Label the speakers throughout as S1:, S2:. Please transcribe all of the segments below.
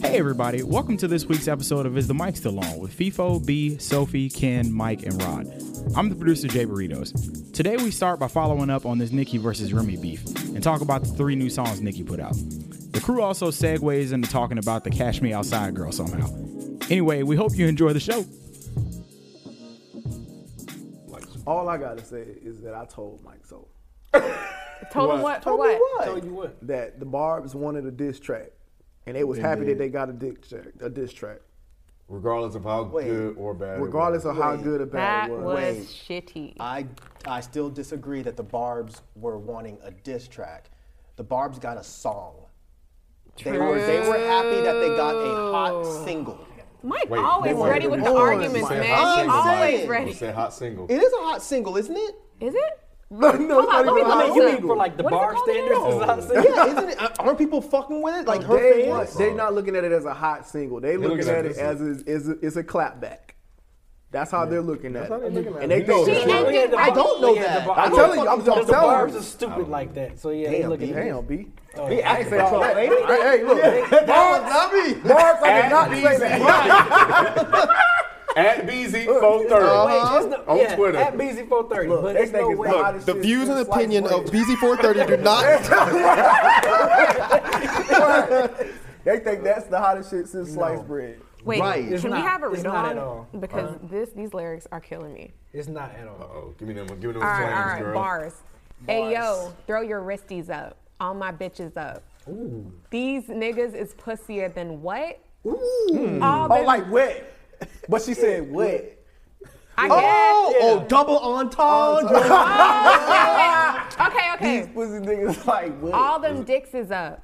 S1: Hey everybody, welcome to this week's episode of Is the Mic Still On with FIFO, B, Sophie, Ken, Mike, and Rod. I'm the producer Jay Burritos. Today we start by following up on this Nicki versus Remy beef and talk about the three new songs Nicki put out. The crew also segues into talking about the Cash Me Outside girl somehow. Anyway, we hope you enjoy the show.
S2: All I gotta say is that I told Mike so.
S3: Told him what for
S2: Told me
S3: what?
S2: what? Told you what? That the Barb's wanted a diss track, and they was happy that they got a diss track. A diss track,
S4: regardless of how good or bad.
S2: regardless
S4: it
S2: of
S4: was.
S2: how good or bad
S3: That
S2: it was.
S3: was
S5: Wait.
S3: shitty.
S5: I I still disagree that the Barb's were wanting a diss track. The Barb's got a song. They were they were happy that they got a hot single.
S3: Mike
S4: Wait,
S3: always
S4: wait,
S3: ready
S4: wait,
S3: with
S4: wait,
S3: the
S4: wait,
S3: arguments,
S4: wait,
S3: man.
S4: wait,
S5: I'm
S3: He's always
S5: saying.
S4: You
S3: ready.
S4: said hot single.
S5: It is a hot single, isn't it?
S3: Is it?
S2: no, no,
S3: on, let me
S2: even
S3: go
S2: hot
S3: back
S6: You mean
S2: single.
S6: for like the
S3: What is it
S6: bar
S3: called
S6: standards?
S3: now?
S6: Is that what I'm saying?
S5: Yeah, isn't it? Uh, Aren't people fucking with it?
S3: Oh,
S5: Like her
S2: They,
S5: fans?
S2: they not looking at it as a hot single. They looking,
S4: looking
S2: at
S4: at
S2: it
S4: this
S2: as is is it's a clapback. That's how they're looking at it.
S4: looking at
S2: and they
S4: it.
S2: think
S4: She
S2: it's
S4: ain't
S2: real.
S3: did
S6: Yeah, the
S3: I
S6: bar-
S5: don't know
S6: yeah, the
S5: that.
S6: bar-
S2: I'm telling you, I'm, I'm
S5: The
S6: The
S2: telling
S6: bars
S2: you.
S6: are stupid like that. So yeah, they
S5: Damn,
S6: looking
S5: B.
S6: at
S2: Damn, B.
S6: They
S2: I ain't say all that. Hey, Oh, hey, look.
S4: Barb's not me.
S2: Barb's, I did not say that.
S4: At BZ four thirty on
S6: yeah,
S4: Twitter.
S6: At BZ430. but
S2: they
S6: there's
S2: think
S6: no
S2: it's
S6: way.
S2: the hottest
S7: The
S2: shit
S7: views and
S2: since sliced
S7: opinion of
S2: bread.
S7: BZ430 do not.
S2: They think that's the hottest shit since sliced bread.
S3: Wait,
S5: Right.
S3: can
S5: It's
S3: we
S6: not.
S3: have a
S6: It's not at
S3: response?
S6: all.
S3: Because this these lyrics are killing me.
S6: It's not at all.
S4: Oh, give me them. Give me them
S3: All right,
S4: flames,
S3: all right,
S4: girl.
S3: bars. Hey yo, throw your wristies up. All my bitches up. These niggas is pussier than what? All
S2: Oh,
S3: the-
S2: like wet. But she said wet.
S3: I guess.
S5: Oh, double entendre.
S3: Okay, okay.
S2: These pussy niggas like wet.
S3: All them dicks is up.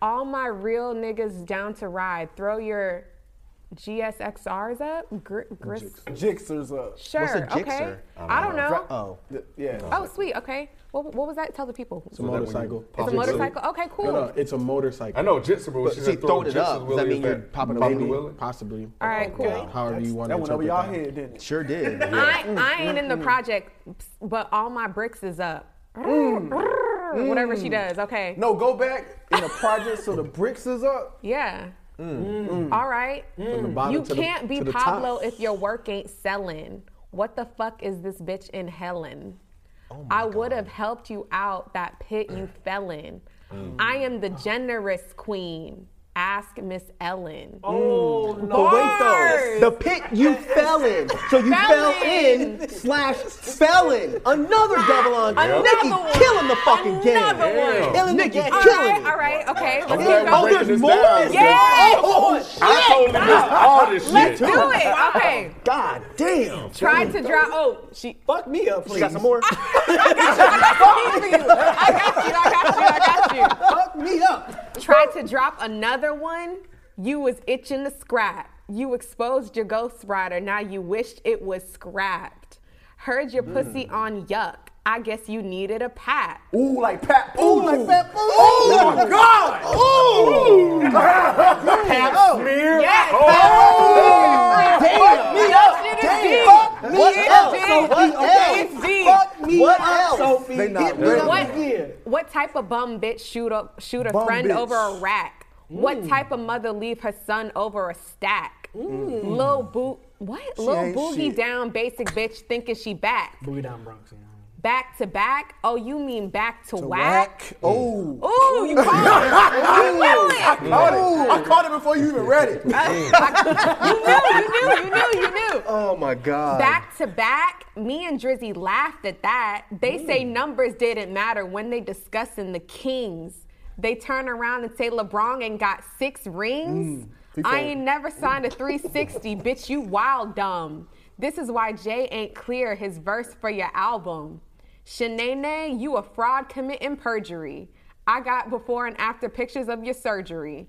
S3: All my real niggas down to ride. Throw your GSXRs up. Gr- gris-
S2: Jixers up.
S3: sure.
S5: What's a
S3: Okay.
S5: jixer?
S3: I don't know.
S5: Oh,
S2: Yeah.
S3: Oh, sweet. Okay. What, what was that? Tell the people. It's a,
S4: motorcycle.
S3: motorcycle. Okay, cool.
S7: It's a motorcycle.
S4: I know Jitsu, but she
S7: See,
S4: said
S7: throwing
S4: throwing
S7: it
S4: Jitsu
S7: up. Does that mean you're popping a
S4: Willie?
S7: baby? Possibly.
S3: All right, cool.
S7: However you want to
S2: That went over
S7: interpret
S2: y'all
S7: that.
S2: head, didn't it?
S5: sure did.
S3: I, I ain't in the project, but all my bricks is up. Whatever she does. Okay.
S2: No, go back in the project so the bricks is up.
S3: Yeah. Mm, All right.
S7: bottom
S3: You
S7: to Mm. the-
S3: can't
S7: to
S3: be
S7: the top.
S3: Pablo if your work ain't selling. What the fuck is this bitch in Helen?
S7: Oh
S3: I would have helped you out that pit you fell in.
S7: Oh
S3: I am the generous queen. Ask Miss Ellen.
S6: Oh, no.
S5: But wait
S3: Bars.
S5: though, the pit you fell in. So you
S3: Fell
S5: fell
S3: in.
S5: in slash fell in. Another double entendre.
S3: Another
S5: Nikki
S3: one.
S5: killing the fucking game.
S3: Another one.
S5: Killing the
S3: all
S5: game. Killing
S3: right,
S5: it.
S3: all right, okay. Let's keep
S4: glad we're
S5: Oh,
S3: going.
S4: breaking
S5: there's
S4: this
S5: more.
S4: down,
S5: This-
S4: dude.
S3: Yeah.
S5: Oh, shit.
S4: I totally missed all this
S3: Let's
S4: shit.
S3: do it. Okay.
S5: God damn.
S3: Try to draw. Oh, she.
S5: Fuck me up, please. got some more?
S3: I got you. I got you. I got you. I got you.
S5: Fuck me up.
S3: Tried to drop another one. You was itching to scrap. You exposed your ghost rider. Now you wished it was scrapped. Heard your pussy on yuck. I guess you needed a pat.
S2: Ooh, like Pat. Ooh, like Pat.
S5: Ooh. Oh,
S2: God. Ooh.
S5: Pat
S4: Smear.
S3: Yes.
S5: Fuck me up.
S3: Damn.
S5: Fuck me
S3: What
S5: up.
S3: else?
S5: So
S3: What
S5: what else?
S3: else?
S5: Fuck me
S3: What
S5: up.
S6: else?
S5: Sophie.
S2: They not
S5: Hit me
S2: ready.
S5: up
S3: What-
S5: again.
S3: What type of bum bitch shoot a shoot a
S2: Bum
S3: friend
S2: bitch. Mm.
S3: over a rack? What type of mother leave her son over a stack? Lil boo what? Lil
S2: Mm. ain't
S3: boogie
S2: shit.
S3: down basic bitch thinking she back.
S6: Boogie down Bronx. you know.
S3: Back to back? Oh, you mean back to, whack?
S2: Whack. Ooh.
S3: Ooh, you called it. You knew
S2: I
S3: it.
S2: caught it. I caught it before you even read it.
S3: You knew, you knew, you knew, you knew.
S5: Oh my God.
S3: Back to back, me and Drizzy laughed at that. They
S2: Mm.
S3: say numbers didn't matter when they
S2: Mm.
S3: discussing the Kings. They turn around and say LeBron ain't got six rings. I ain't never signed a 360, bitch. You wild dumb. This is why Jay ain't clear his verse for your album. Shanae, you a fraud committing perjury. I got before and after pictures of your surgery.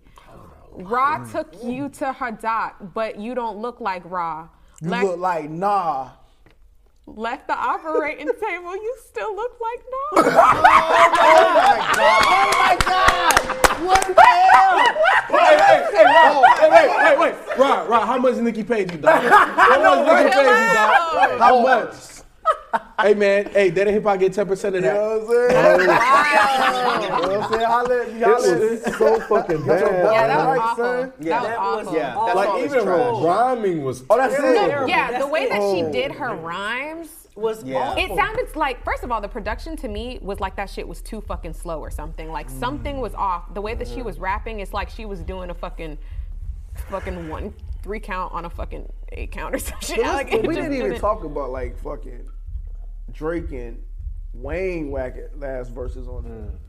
S3: Ra
S2: Mm.
S3: took you to her doc, but you don't look like Ra.
S2: You
S3: Left-
S2: look like nah.
S3: left the operating table, you still look like no.
S2: Oh my God! What the hell?
S7: Hey, hey, hey, Rob, hey, wait, wait, wait. Rob, Rob, how much Nikki paid you, dog? How much Nikki paid you, dog?
S2: Oh.
S7: How much? hey, man, hey, that hip hop get 10% of that.
S2: You know what I'm saying? you know what I'm saying? Holla at me, holla at me.
S4: It was so fucking bad.
S3: Yeah, that was
S2: Alright,
S3: awful.
S2: son.
S3: That was
S6: That was-
S3: awful.
S5: Yeah, that's all
S4: Like
S5: it's
S4: even her
S5: trash.
S4: rhyming was.
S2: Oh, that's it.
S3: Yeah, the way that she did her rhymes,
S6: was
S5: Yeah.
S6: awful.
S3: it
S2: Oh.
S3: sounded like, first of all, the production to me was like that shit was too fucking slow or something. Like something
S2: Mm.
S3: was off. The way that she was rapping, it's like she was doing a fucking, fucking one, three count on a fucking eight count or some shit.
S2: But
S3: Like,
S2: listen,
S3: it
S2: we
S3: just
S2: didn't even
S3: didn't-
S2: talk about like fucking Drake and Wayne Wackett last verses on this. Mm.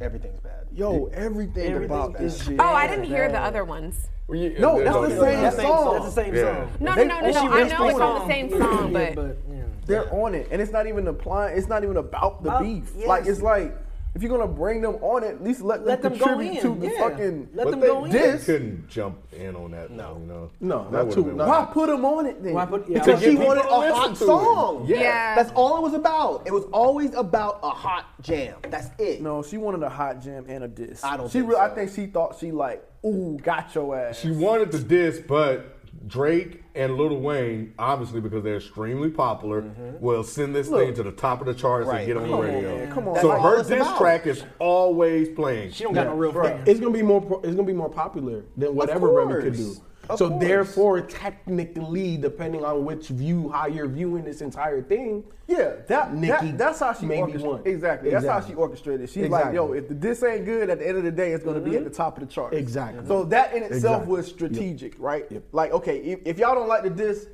S5: Everything's bad.
S2: Yo, everything about
S6: Everything
S2: this
S6: is
S2: shit.
S3: Oh, I didn't hear the other ones.
S4: No,
S2: that's the same
S6: That's the same song.
S2: song.
S6: That's the same
S4: Yeah.
S6: song.
S3: No,
S2: They-
S3: no, no,
S2: and
S3: no,
S2: she
S3: no. I know
S2: rinsed
S3: it's on the
S2: the
S3: same song,
S6: Yeah,
S3: but.
S6: but yeah.
S2: They're on it, and it's not even applying. It's not even about the
S6: Oh,
S2: beef.
S6: yes.
S2: Like it's like if you're gonna bring them on it, at least let them
S6: Let them go
S2: contribute
S6: in,
S2: to the
S6: yeah.
S2: fucking.
S6: Let
S2: but
S6: them
S2: they
S6: go in.
S4: This
S2: diss.
S4: couldn't jump in on that. No, you know?
S7: No,
S4: That
S7: not
S4: would've
S7: too-
S4: been
S7: not-
S4: wild.
S2: Why put them on it then?
S6: Why put- yeah.
S2: because
S6: To
S2: she
S6: get
S2: wanted a
S4: people to
S2: hot
S4: listen to it.
S2: song.
S4: Yeah.
S3: Yeah.
S5: That's all it was about. It was always about a hot jam. That's it.
S2: No, she wanted a hot jam and a diss.
S5: I don't
S2: She
S5: think
S2: re- I
S5: so.
S2: think she thought she like, ooh, got your ass.
S4: She wanted to diss, but Drake and Lil Wayne, obviously because they're extremely popular, will send this thing to the top of the charts
S5: Right.
S4: and get on
S5: Come
S4: the
S5: on,
S4: radio.
S2: man. Come on.
S4: So
S2: That's
S5: all
S4: her
S5: it's
S4: diss
S5: about.
S4: track is always playing.
S6: She don't got no real friends.
S7: It's gonna be more. pro- It's gonna be more popular than whatever Remy could do.
S2: course. Of
S7: so
S2: course.
S7: therefore, technically, depending on which view, how you're viewing this entire thing,
S2: yeah, that,
S7: Nicki
S2: that that's how she
S7: maybe
S2: orchestra-
S7: won.
S2: Exactly. That's how she
S7: Exactly.
S2: orchestrated. She's like,
S7: Exactly.
S2: yo, if the diss ain't good, at the end of the day, it's gonna
S3: Mm-hmm.
S2: be at the top of the chart.
S7: Exactly.
S2: So that in itself
S7: Exactly.
S2: was strategic, right?
S7: Yep.
S2: Like, okay, if, if y'all don't like the diss.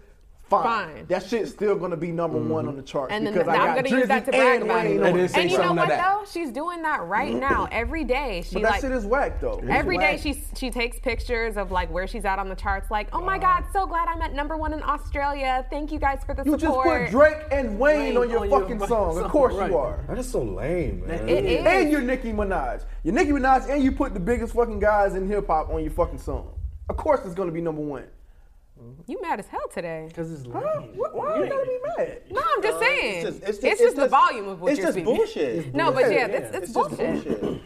S2: Fine.
S3: Fine.
S2: That shit's still gonna be number one on the chart
S3: And then
S2: because I
S3: now I'm
S2: got
S3: gonna use that to
S2: Drizzy
S3: brag
S2: and
S3: about
S2: Wayne
S3: it.
S2: on
S7: And
S2: it.
S7: it's- say
S3: And you know
S7: something
S3: what
S7: like that.
S3: though? She's doing that right now, every day.
S2: Mm-hmm.
S3: She
S2: But that
S3: like
S2: shit is whack though.
S3: every day
S2: Whack.
S3: she she takes pictures of like where she's at on the charts. Like, oh my god, so glad I'm at number one in Australia. Thank you guys for the
S2: You just
S3: support.
S2: put Drake and Wayne,
S6: Wayne
S2: on your
S6: on your
S2: fucking
S6: fucking
S2: song. Of
S6: song,
S2: course
S6: right.
S2: you are.
S4: That is so lame, man.
S3: It is.
S2: And you're Nicki Minaj. You're Nicki Minaj, and you put the biggest fucking guys in hip hop on your fucking song. Of course, it's gonna be number one.
S3: you mad as hell today.
S6: Because it's lame.
S2: Huh? What- Why are you gotta be mad?
S3: No, I'm just saying.
S5: It's just, it's just,
S3: the volume of what
S5: it's
S3: you're
S5: just
S3: speaking.
S5: bullshit.
S3: No, but yeah,
S2: Yeah.
S3: that's, it's,
S5: It's just
S3: bullshit.
S5: bullshit.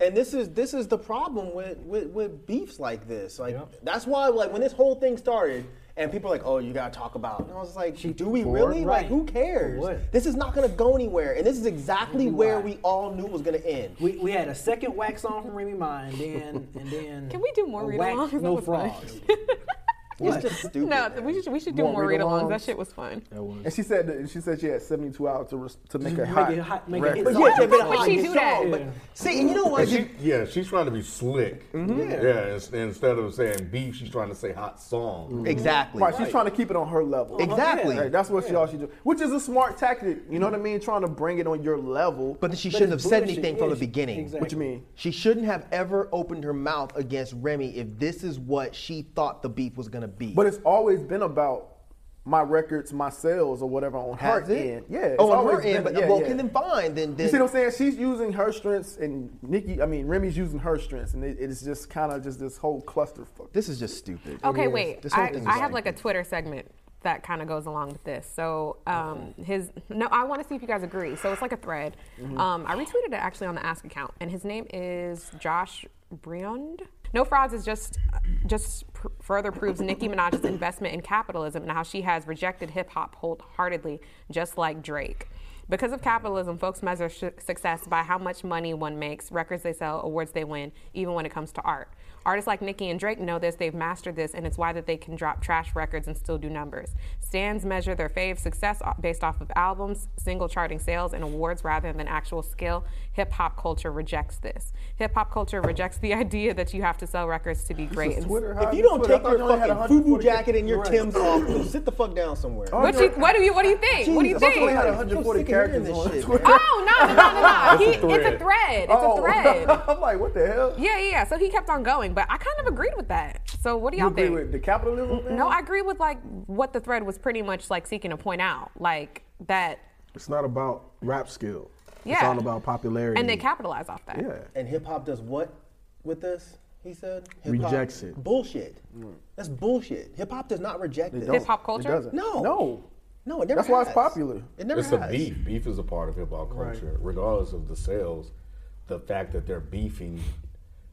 S5: And this is this is the problem with with, with beefs like this. Like that's why like when this whole thing started and people are like, oh, you gotta talk about. And I was like, do we really?
S6: right.
S5: Like, who cares?
S6: For what?
S5: This is not gonna go anywhere. And this is exactly where
S6: why.
S5: we all knew it was gonna end.
S6: We, we had a second wax song from Remy Ma, and then and then.
S3: Can we do more
S6: a
S3: read
S6: wax,
S3: alongs? That
S6: No
S3: was fun.
S6: frogs.
S5: It's just stupid.
S3: No,
S5: man.
S3: we should we should do
S2: Want
S3: more read
S2: read-alongs?
S3: alongs. That shit was fun.
S2: And she said that she said she had 72 hours to, res- to make a
S6: Make
S2: hot.
S6: it hot- make it
S2: record.
S6: hit
S5: But
S6: song.
S5: yeah, it's been a
S3: Why would
S5: hot
S3: she do that?
S5: song, but-
S6: Yeah.
S5: see, and you know what?
S4: And she, yeah, she's trying to be slick. Yeah, it's- instead of saying beef, she's trying to say hot song.
S5: Mm-hmm. exactly.
S2: Right, she's trying to keep it on her level.
S5: Exactly.
S2: Right, that's what she all she do, which is a smart tactic. You know what I mean? Trying to bring it on your level.
S5: But then she shouldn't have
S6: it's
S5: said
S6: bullshit.
S5: anything from
S6: Yeah,
S5: the
S6: she-
S5: beginning.
S6: exactly.
S2: what you mean?
S5: She shouldn't have ever opened her mouth against Remy if this is what she thought the beef was gonna be.
S2: But it's always been about my records, my sales, or whatever on
S5: Has
S2: her
S5: it?
S2: end. Yeah. it's
S5: Oh, on her
S2: always
S5: end.
S2: been-
S5: But
S2: yeah,
S5: well,
S2: yeah.
S5: okay, then fine. Then, then
S2: You see what I'm saying? She's using her strengths, and Nikki, I mean, Remy's using her strengths, and it, it's just kind of just this whole clusterfuck.
S5: this is just stupid.
S3: Okay, wait.
S5: This whole
S3: I,
S5: thing is
S3: I have
S5: stupid.
S3: like a Twitter segment that kind of goes along with this. So um, his no, I want to see if you guys agree. So it's like a thread.
S5: Mm-hmm.
S3: Um, I retweeted it actually on the Ask account, and his name is Josh Briond. No frauds is just just pr- further proves Nicki Minaj's investment in capitalism and how she has rejected hip hop wholeheartedly, just like Drake. Because of capitalism, folks measure sh- success by how much money one makes, records they sell, awards they win, even when it comes to art. Artists like Nicki and Drake know this, they've mastered this, and it's why that they can drop trash records and still do numbers. Stands measure their fave success o- based off of albums, single charting sales, and awards rather than actual skill. Hip hop culture rejects this. Hip hop culture rejects the idea that you have to sell records to be great. and-
S2: Twitter,
S5: If
S2: huh?
S5: you don't
S2: Twitter, I
S5: take
S2: thought
S5: your
S2: you only had
S5: fucking
S2: 140
S5: FUBU jacket and your Tim's off, then sit the fuck down somewhere.
S3: What, you, what do you What do you think? what do you
S2: Jesus, I thought you
S3: think?
S2: only had
S5: I'm
S2: 140
S5: sick of hearing
S2: characters
S5: this
S2: on
S5: shit,
S2: Twitter.
S3: Oh no no no no no! He- it's a
S4: thread.
S3: thread. It's a
S2: Oh.
S3: thread.
S2: I'm like, what the hell?
S3: Yeah, yeah, yeah. So he kept on going, but I kind of agreed with that. So what do y'all
S2: You agree
S3: think?
S2: with the capitalism? thing?
S3: No, I agree with like what the thread was pretty much like seeking to point out, like that,
S8: It's not about rap skill. It's
S3: Yeah.
S8: all about popularity.
S3: and they capitalize off that.
S8: Yeah.
S5: And hip hop does what with this? He said hip
S8: Rejects it.
S5: Bullshit. That's bullshit. Hip hop does not reject this.
S3: Hip hop culture.
S2: doesn't.
S5: No.
S2: No.
S5: No, it never
S2: That's why it's
S5: has.
S2: popular.
S5: It never
S4: it's
S5: has.
S4: a beef. Beef is a part of hip hop culture, regardless of the sales. The fact that they're beefing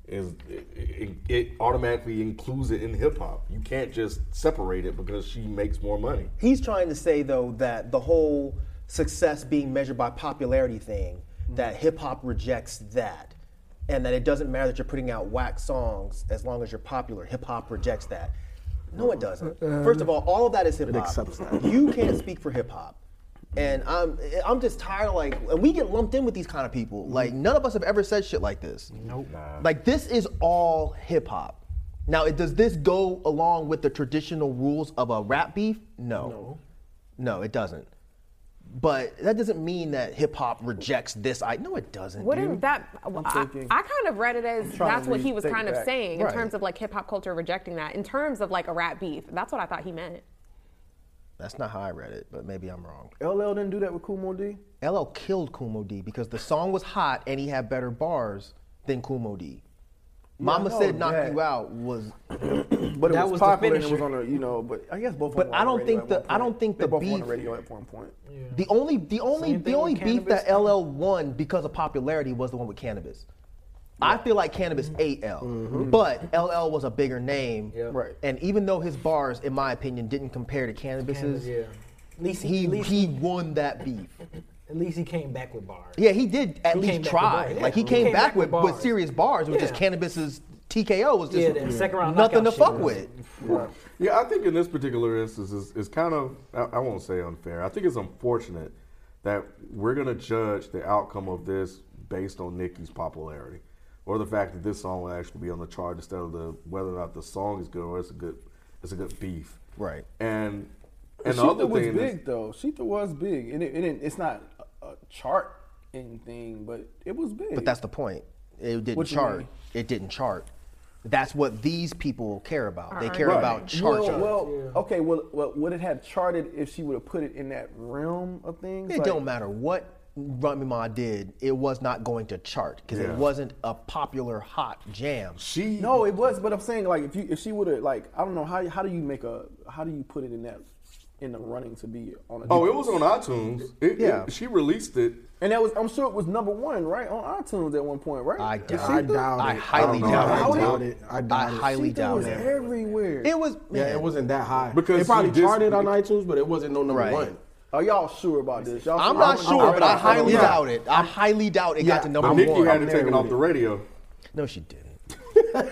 S4: is it, it, it automatically includes it in hip hop. You can't just separate it because she makes more money.
S5: He's trying to say though that the whole success being measured by popularity thing, that hip hop rejects that. And that it doesn't matter that you're putting out whack songs as long as you're popular. Hip hop rejects that. No, it doesn't. First of all, all of that is hip hop.
S8: accepts that.
S5: You can't speak for hip hop. And I'm I'm just tired of like and we get lumped in with these kind of people. Like none of us have ever said shit like this. Nope. Like this is all hip hop. Now, it- does this go along with the traditional rules of a rap beef? No. No, it doesn't. But that doesn't mean that hip hop rejects this. I no, it doesn't.
S3: What
S5: dude.
S3: is that? I, I kind of read it as
S2: trying to
S3: that's what he was
S2: rethink
S3: kind of
S2: back.
S3: saying in
S5: Right.
S3: terms of like hip hop culture rejecting that. In terms of like a rap beef, that's what I thought he meant.
S5: That's not how I read it, but maybe I'm wrong.
S2: LL didn't do that with Kool Moe D.
S5: LL killed Kumo D because the song was hot and he had better bars than Kumo D. Mama
S2: know
S5: said knock
S2: that.
S5: you out was
S2: But it
S6: That
S2: was,
S6: was the
S2: popular and it was
S6: finisher.
S2: on the, you know, but I guess both of them
S5: But
S2: were on
S5: I don't
S2: the
S5: think
S2: radio at
S5: the-
S2: one
S5: I don't
S2: point.
S5: think
S2: they
S5: the
S2: both were on the
S5: beef-
S2: radio at one point.
S5: The only the only
S6: Same
S5: the
S6: thing
S5: only
S6: with
S5: beef
S6: cannabis.
S5: that LL won because of popularity was the one with cannabis. I feel like cannabis
S6: Mm-hmm.
S5: ate L, but LL was a bigger name,
S2: Right.
S5: and even though his bars, in my opinion, didn't compare to cannabis's,
S6: At least he,
S5: he
S6: at least,
S5: he won that beef.
S6: at least he came back with bars.
S5: Yeah, he did at
S6: He came
S5: least
S6: back
S5: try.
S6: with bars.
S5: Like he
S6: Yeah.
S5: came, back, with, with
S6: bars.
S5: serious bars, which is
S6: Yeah.
S5: cannabis's TKO was just
S6: Yeah, that second round
S5: nothing to
S6: knockout
S5: fuck
S6: shit was-
S5: with.
S4: Yeah, I think in this particular instance, it's, it's kind of, I, I won't say unfair. I think it's unfortunate that we're going to judge the outcome of this based on Nicki's popularity or the fact that this song will actually be on the chart instead of the whether or not the song is good or it's a good it's a good beef.
S5: Right.
S4: And and the
S2: she
S4: other
S2: was
S4: thing that's-
S2: big though. She was big, and it, it, didn't- it's not a, a chart anything, but it was big.
S5: But that's the point. It didn't
S2: What you
S5: chart.
S2: mean?
S5: It didn't chart. That's what these people care about. They care
S4: Right.
S5: about charts.
S2: well, well okay. Well, well, would it have charted if she would have put it in that realm of things?
S5: It
S2: Like,
S5: don't matter what Remy Ma did, it was not going to chart because
S4: Yeah.
S5: it wasn't a popular hot jam.
S4: she
S2: No, it was. But I'm saying like if you if she would have like I don't know how how do you make a how do you put it in that in the running to be on a
S4: Oh, it was on iTunes. It, yeah.
S2: Yeah.
S4: she released it.
S2: and that was I'm sure it was number one right on iTunes at one point right.
S5: I
S2: Is
S5: doubt,
S2: she
S8: I
S2: the-
S8: doubt it.
S5: I
S8: I
S5: highly
S4: don't know.
S5: doubt,
S4: I
S5: it.
S4: doubt
S8: it. I doubt it.
S5: highly
S2: She
S5: doubt
S2: was
S5: it.
S2: everywhere.
S5: It was man,
S8: Yeah, it wasn't that high.
S4: Because
S8: it probably
S4: you just-
S8: charted on iTunes, but it wasn't no number
S5: Right.
S8: one.
S2: Are y'all sure about this? Y'all
S5: I'm not
S2: I'm-
S5: sure,
S2: I'm-
S5: but I
S2: I'm-
S5: highly
S8: Yeah.
S5: doubt it. I highly doubt it got to number
S4: But Nicki
S5: one.
S4: had it
S8: there
S4: taken
S8: with
S4: off
S8: it.
S4: the radio.
S5: no, she didn't.
S2: I'm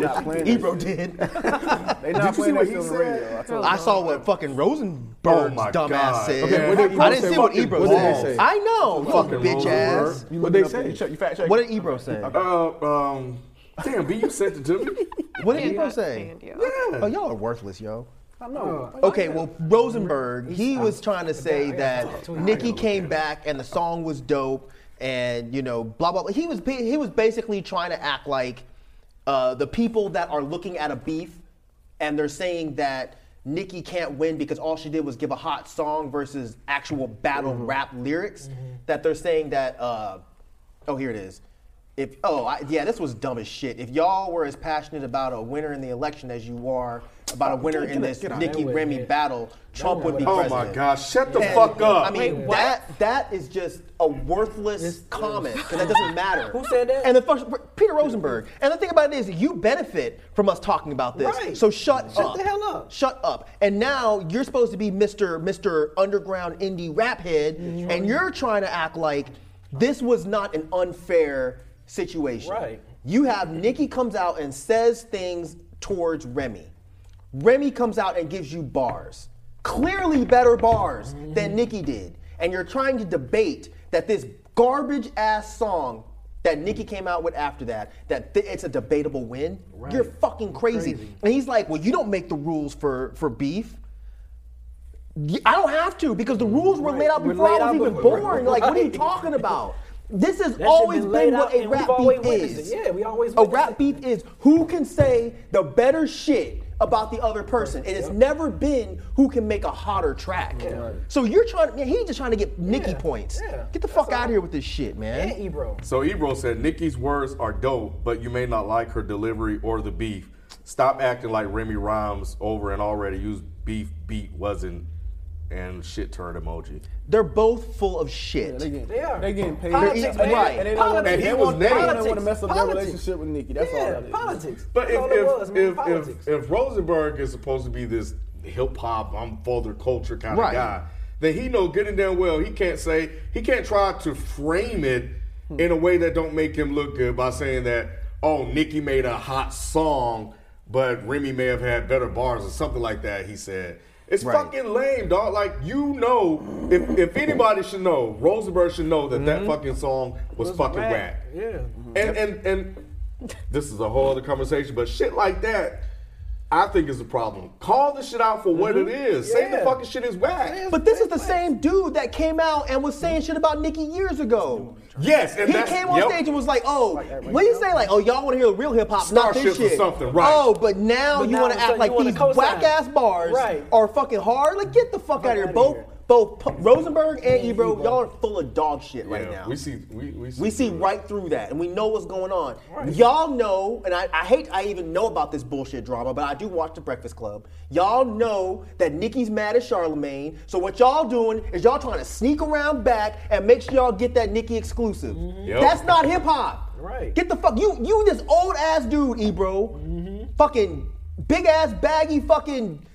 S2: not playing that
S5: Ebro did.
S2: shit. They
S8: you
S2: not
S8: see
S2: playing
S8: what
S2: that
S8: he
S2: shit on the
S8: said?
S2: radio. I told
S5: I saw what fucking Rosenberg's
S4: Oh my
S5: dumbass
S4: God.
S5: said.
S4: Okay,
S8: what did Ebro
S5: I didn't
S8: say?
S5: see what
S8: Fucking
S5: Ebro
S8: what did they
S5: said.
S8: say?
S5: I know, fucking
S4: Fucking
S5: bitch ass.
S4: Rosenberg.
S2: you.
S8: What they
S2: Look it up,
S8: say?
S2: You check, you fact check.
S5: What did Ebro say?
S4: Uh, um, damn, B, you sent it to me.
S5: What did
S3: Can't
S5: Ebro say?
S3: understand you.
S5: Oh, y'all are worthless, yo.
S2: I know.
S5: Okay, well, Rosenberg, he was trying to say that Nikki came back and the song was dope, and you know, blah blah. blah. He was he was basically trying to act like uh, the people that are looking at a beef and they're saying that Nikki can't win because all she did was give a hot song versus actual battle
S2: Mm-hmm.
S5: rap lyrics. That they're saying that. Uh, oh, here it is. If oh I, yeah, this was dumb as shit. If y'all were as passionate about a winner in the election as you are about a winner in this Nikki Remy battle, Trump would be
S4: Oh
S5: president.
S4: my gosh, shut the
S5: And,
S4: fuck up.
S5: I mean, that that is just a worthless comment because that doesn't matter.
S6: Who said that?
S5: And the first, Peter Rosenberg. And the thing about it is, you benefit from us talking about this.
S6: Right.
S5: So shut
S6: Shut
S5: up.
S6: the hell up.
S5: Shut up. And now you're supposed to be Mr. Mr. Underground Indie Rap Head, and you're trying to act like this was not an unfair situation.
S6: Right.
S5: You have Nikki comes out and says things towards Remy. Remy comes out and gives you bars, clearly better bars
S6: Mm-hmm.
S5: than Nikki did. And you're trying to debate that this garbage ass song that Nikki came out with after that, that th- it's a debatable win. You're fucking crazy. And he's like, well, you don't make the rules for, for beef. Y- I don't have to because the rules were laid out
S6: Were
S5: before
S6: laid
S5: I
S6: out
S5: was even
S6: before-
S5: born. Like, what are you
S6: Right.
S5: talking about? This has
S6: shit
S5: always
S6: been
S5: been,
S6: laid
S5: what
S6: out
S5: a
S6: and
S5: rap
S6: we've always
S5: beef
S6: witnessed
S5: is.
S6: it. Yeah, we always
S5: a
S6: witnessed
S5: rap
S6: it.
S5: beef is who can say the better shit about the other person. It has never been who can make a hotter track. So you're trying. Man, he's just trying to get Nicki
S6: Yeah,
S5: points.
S6: yeah.
S5: Get the
S6: That's
S5: fuck
S6: all.
S5: out of here with this shit, man.
S6: And Ebro.
S4: So Ebro said, Nikki's words are dope, but you may not like her delivery or the beef. Stop acting like Remy Rhymes over and already used beef beat wasn't and shit turned emoji.
S5: They're both full of shit.
S6: They are.
S8: They getting paid.
S6: Politics,
S5: They're
S6: man.
S5: eating- right.
S8: And they don't want
S4: And he
S8: they
S4: was
S8: want- they
S4: named.
S8: don't want to mess up their
S6: Politics.
S8: relationship with Nikki. That's all
S6: yeah,
S8: that is.
S6: politics.
S4: But
S6: That's
S4: if
S6: all it
S4: if,
S6: was, man.
S4: if,
S6: politics.
S4: if if Rosenberg is supposed to be this hip hop, I'm for the culture kind
S5: Right.
S4: of guy, then he know good and damn well he can't say he can't try to frame it
S6: Hmm.
S4: in a way that don't make him look good by saying that oh Nicki made a hot song, but Remy may have had better bars or something like that. He said. It's
S5: Right.
S4: fucking lame, dog. Like you know, if, if anybody should know, Rosenberg should know that
S5: Mm-hmm.
S4: that fucking song was, fucking
S6: whack.
S4: whack.
S6: Yeah.
S4: And and and this is a whole other conversation, but shit like that, I think is a problem. Call the shit out for what it is. Say the
S6: Yeah.
S4: fucking shit is whack.
S5: But this Mm-hmm. is the same dude that came out and was saying shit about Nicki years ago.
S4: Yes, and
S5: He
S4: that's,
S5: came on
S4: yep.
S5: stage and was like, "Oh, what do you say? Like, oh, y'all want to hear real hip hop, not this
S4: Starships or
S5: shit."
S4: something, right.
S5: Oh, but now
S6: But
S5: you
S6: now
S5: want to
S6: it's
S5: act
S6: like
S5: like
S6: you wanna
S5: these
S6: co-sign.
S5: whack ass bars
S6: Right.
S5: are fucking hard. Like, get the fuck out of here.
S6: outta
S5: Both,
S6: here.
S5: both P- Rosenberg and Ebro, y'all are full of dog shit right
S4: Yeah,
S5: now.
S4: We see we, we see
S5: We see
S4: through it.
S5: right through that, and we know what's going on. Y'all know, and I, I hate I even know about this bullshit drama, but I do watch The Breakfast Club. Y'all know that Nikki's mad at Charlemagne, so what y'all doing is y'all trying to sneak around back and make sure y'all get that Nikki exclusive.
S4: Yep.
S5: That's not hip hop.
S6: Right.
S5: Get the fuck you you this old ass dude, Ebro.
S6: Mm-hmm.
S5: Fucking big ass baggy fucking.